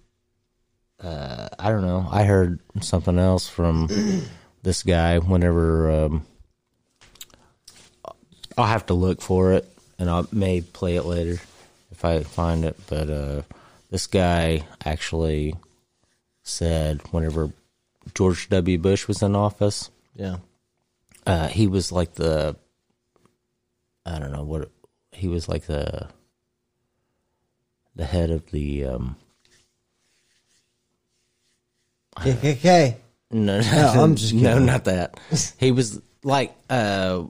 uh, I don't know. I heard something else from this guy. Whenever um, I'll have to look for it, and I may play it later if I find it. But uh, this guy actually said whenever George W. Bush was in office, Yeah. uh, he was like the I don't know what he was like the the head of the um, KKK. No, I'm just no, kidding. not that. He was like, uh,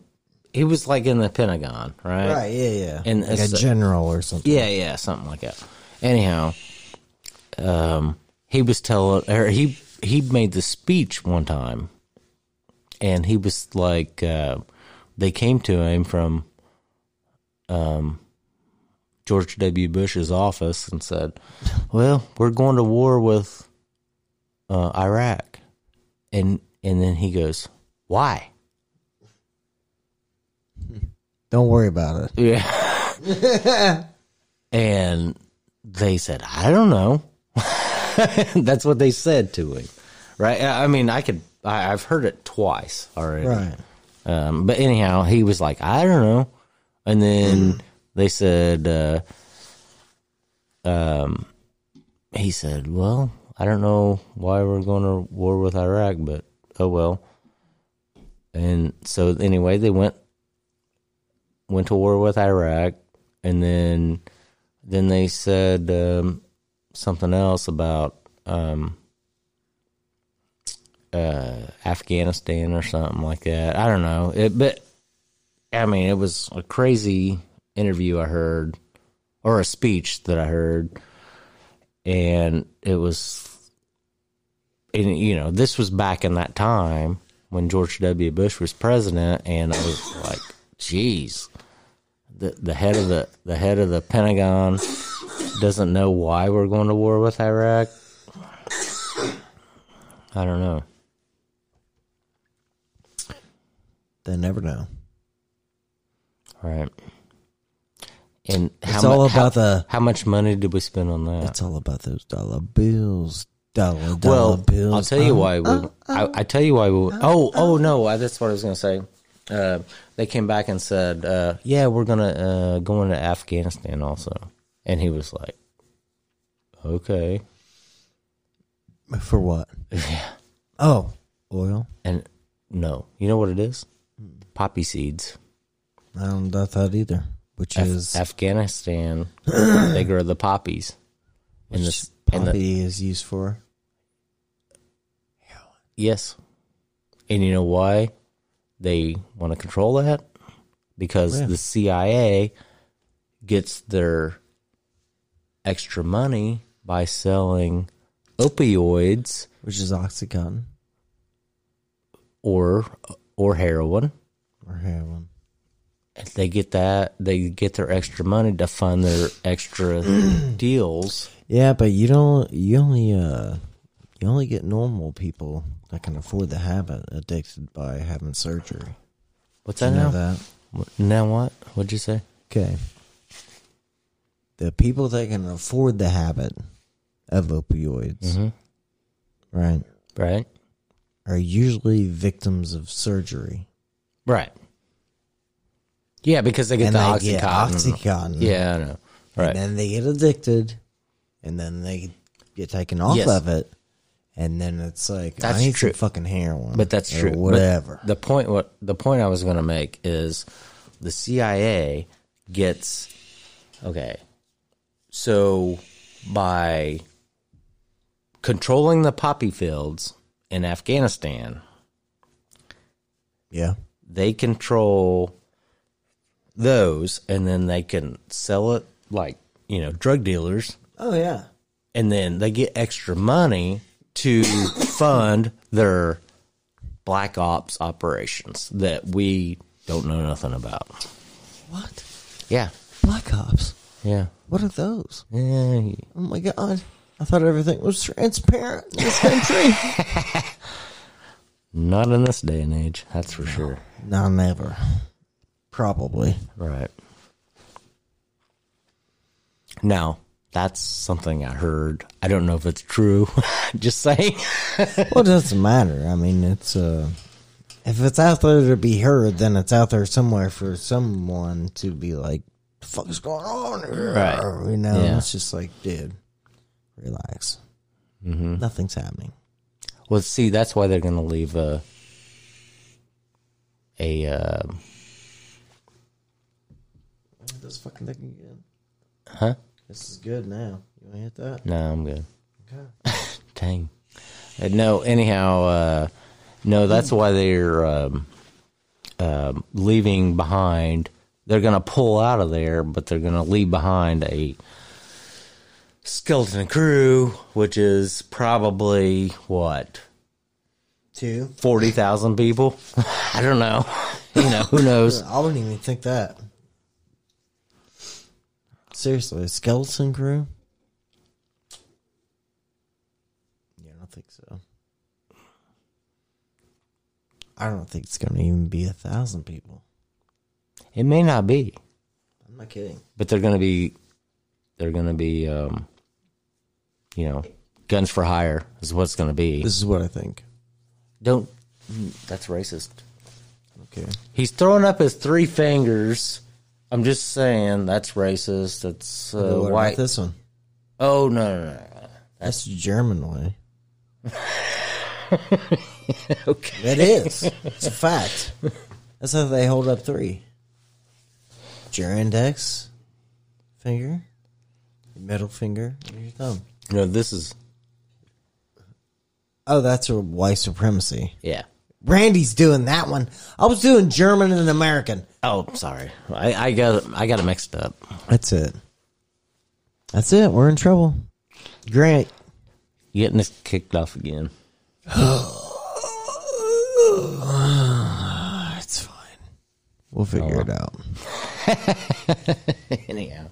he was like in the Pentagon, right? Right, yeah, yeah. And like a it's- general or something. Yeah, yeah, something like that. Anyhow, um, he was telling, or he he made the speech one time, and he was like, uh, they came to him from, um, George W. Bush's office and said, "Well, we're going to war with uh, Iraq," and and then he goes, "Why?" Don't worry about it. Yeah. and they said, I don't know. That's what they said to him. Right. I I mean, I could, I, I've heard it twice already. Right. Um, but anyhow, he was like, I don't know. And then they said, uh, um, he said, well, I don't know why we're going to war with Iraq, but oh well. And so anyway, they went went to war with Iraq, and then then they said um, something else about um, uh, Afghanistan or something like that. I don't know. It, but I mean, it was a crazy interview I heard, or a speech that I heard, and it was, and you know, this was back in that time when George W. Bush was president, and I was like, "Geez, the the head of the the head of the Pentagon doesn't know why we're going to war with Iraq." I don't know. They never know. Right. And how It's all mu- how- about the- how much money did we spend on that? It's all about those dollar bills. Dollar, dollar well, bills. I'll tell you Um, why. We, I, I tell you why. uh, We, oh, oh no, I, that's what I was going to say. Uh, they came back and said, uh, "Yeah, we're going to uh, go into Afghanistan also," and he was like, "Okay." For what? Oh, oil. And no, you know what it is? Poppy seeds. I don't doubt that either. Which Af- is Afghanistan. they grow the poppies. which And this, and poppy the, is used for. yes, and you know why they want to control that? Because Yeah. the CIA gets their extra money by selling opioids Which is oxycontin or or heroin. or heroin. They get that they get their extra money to fund their extra deals. Yeah, but you don't. You only. uh You only get normal people that can afford to have it addicted by having surgery. What's You that know now? that. Wh- Now what? What'd you say? Okay. The people that can afford the habit of opioids, Mm-hmm. right, Right. are usually victims of surgery. Right. Yeah, because they And get the they get oxycontin. Oxycontin. Yeah, I know. Right. And then they get addicted, and then they get taken off Yes. of it, and then it's like That's I need true. some fucking heroin, but that's or true. But Whatever. the point what the point I was going to make is the CIA gets okay. So by controlling the poppy fields in Afghanistan, yeah, they control those and then they can sell it like, you know, drug dealers oh yeah, and then they get extra money to fund their black ops operations that we don't know nothing about. what Yeah, black ops? yeah, What are those? yeah. Oh my god! I thought everything was transparent in this country. Not in this day and age, that's for sure. no, never. Probably. Right. Now, that's something I heard. I don't know if it's true. Just saying. Well, it doesn't matter. I mean, it's uh, if it's out there to be heard, then it's out there somewhere for someone to be like, "The fuck is going on here?" Right. You know, Yeah. it's just like, dude, relax. Nothing's happening. Well, see, that's why they're going to leave a a um This fucking thing again. huh? This is good now. You want to hit that? No, I'm good. Dang. Uh, no, anyhow, uh, no, that's why they're um, um leaving behind. They're going to pull out of there, but they're going to leave behind a skeleton crew, which is probably what? Two. 40,000 people? I don't know. You know, who knows? I wouldn't even think that. Seriously, a skeleton crew? Yeah, I don't think so. I don't think it's going to even be a thousand people. It may not be. I'm not kidding. but they're gonna be they're gonna be um you know guns for hire is what it's gonna be This is what I think. don't that's racist Okay. he's throwing up his three fingers i'm just saying that's racist that's But uh, what white about this one? oh no no no That's the German way. okay It is. it's a fact. That's how they hold up three. It's your index finger, your middle finger, and your thumb. no this is Oh, that's a white supremacy. yeah Randy's doing that one. I was doing German and American. oh sorry i i got i got it mixed up That's it. That's it. We're in trouble. Grant. getting this kicked off again it's fine. We'll figure it out. Anyhow.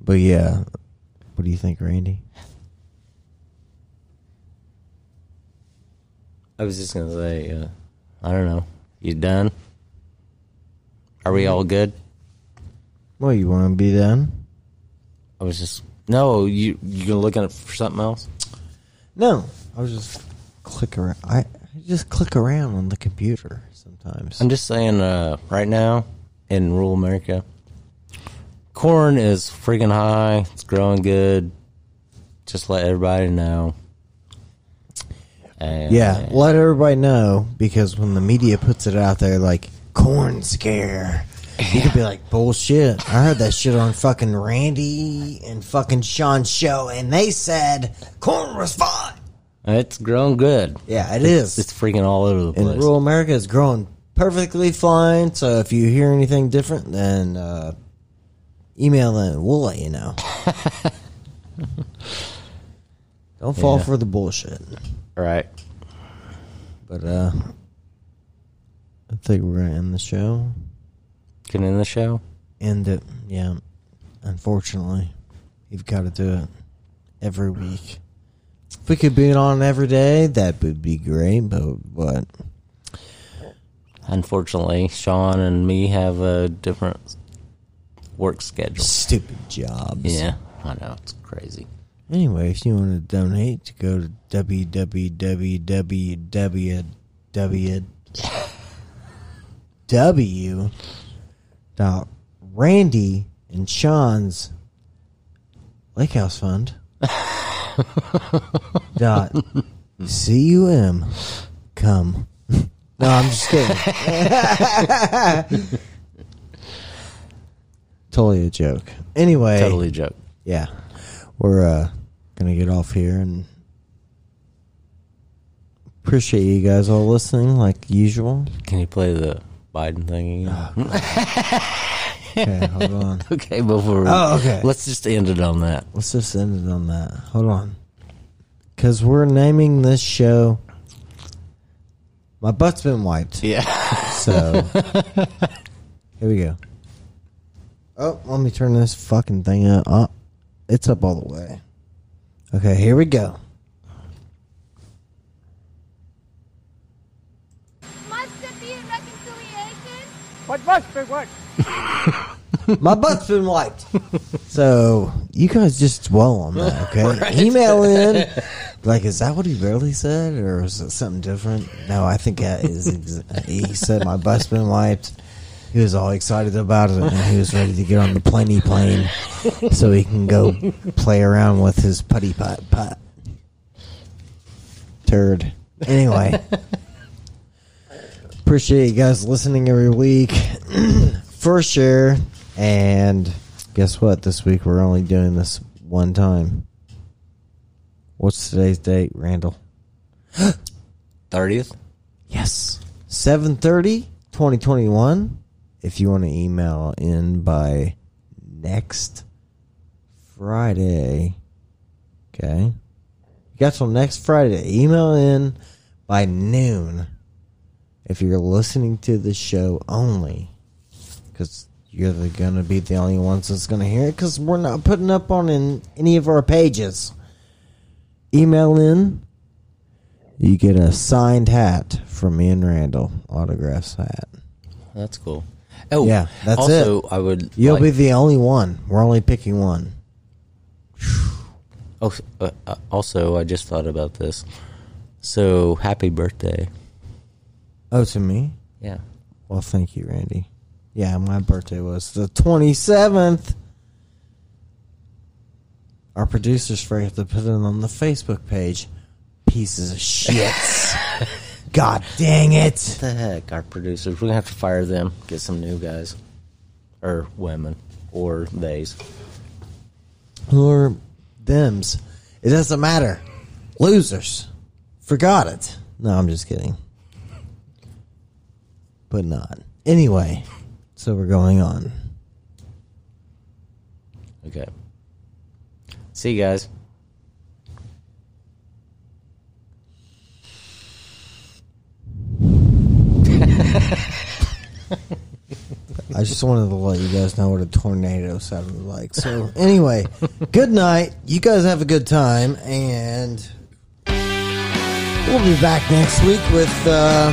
But yeah, what do you think, Randy? I was just gonna say, uh, I don't know. You done? Are we all good? Well, you want to be done? I was just no. You you gonna look at it for something else? No, I was just click around. I, I just click around on the computer sometimes. I'm just saying. Uh, right now in rural America, corn is freaking high. It's growing good. Just let everybody know. And- yeah, let everybody know because when the media puts it out there, like corn scare, you could be like bullshit. I heard that shit on fucking Randy and fucking Sean's show, and they said corn was fine. It's grown good. Yeah, it is. it's, It's freaking all over the In place. rural America, it's growing perfectly fine. So if you hear anything different, then uh, email in. We'll let you know. Don't fall Yeah. for the bullshit. right. But uh, I think we're gonna end the show. Can end the show. End it. Yeah. Unfortunately, you've got to do it every week. If we could be on every day, that would be great. But what? Unfortunately, Sean and me have a different work schedule. Stupid jobs. Yeah, I know it's crazy. Anyway, if you want to donate, to go to www.randycom dot Randy and Sean's Lake House Fund dot cum come. No, I'm just kidding. totally a joke. Anyway, Totally joke. yeah we're uh gonna get off here and appreciate you guys all listening like usual Can you play the Biden thing again? okay hold on okay, before we, Oh, okay. let's just end it on that. let's just end it on that hold on because we're naming this show my butt's been wiped Yeah, so here we go oh let me turn this fucking thing up oh, it's up all the way okay here we go Must it be in reconciliation? What must be what? My butt's been wiped. So you guys just dwell on that, okay? Email in. Like, is that what he really said, or is it something different? No, I think that is. Ex- he said my butt's been wiped. He was all excited about it, and he was ready to get on the plenty plane so he can go play around with his putty putt putt. Turd. Anyway. Appreciate you guys listening every week for sure. And guess what? This week we're only doing this one time. What's today's date, Randall? thirtieth. Yes. 7:30, 2021. If you want to email in by next Friday. Okay. You got till next Friday to email in by noon. If you're listening to the show only cuz you're the, gonna be the only ones that's gonna hear it because we're not putting up on in any of our pages. Email in you get a signed hat from me and Randall, autographs hat. That's cool. Oh Yeah, that's also, I would. You'll like- be the only one. We're only picking one. Oh, uh, uh, also, I just thought about this. So happy birthday! Oh, to me? Yeah, Well, thank you, Randy. Yeah, my birthday was the 27th. Our producers forgot to put it on the Facebook page. Pieces of shits. God dang it. the heck, our producers. We're gonna have to fire them. Get some new guys, or women, or theys. Or thems. It doesn't matter. Losers. Forgot it. No, I'm just kidding. But not. Anyway, so we're going on. Okay. See you guys. I just wanted to let you guys know what a tornado sounded like. So, anyway, good night. You guys have a good time, and we'll be back next week with. Uh,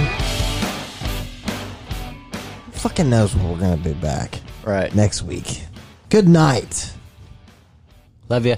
fucking knows what we're going to be back. Right. Next week. Good night. Love you.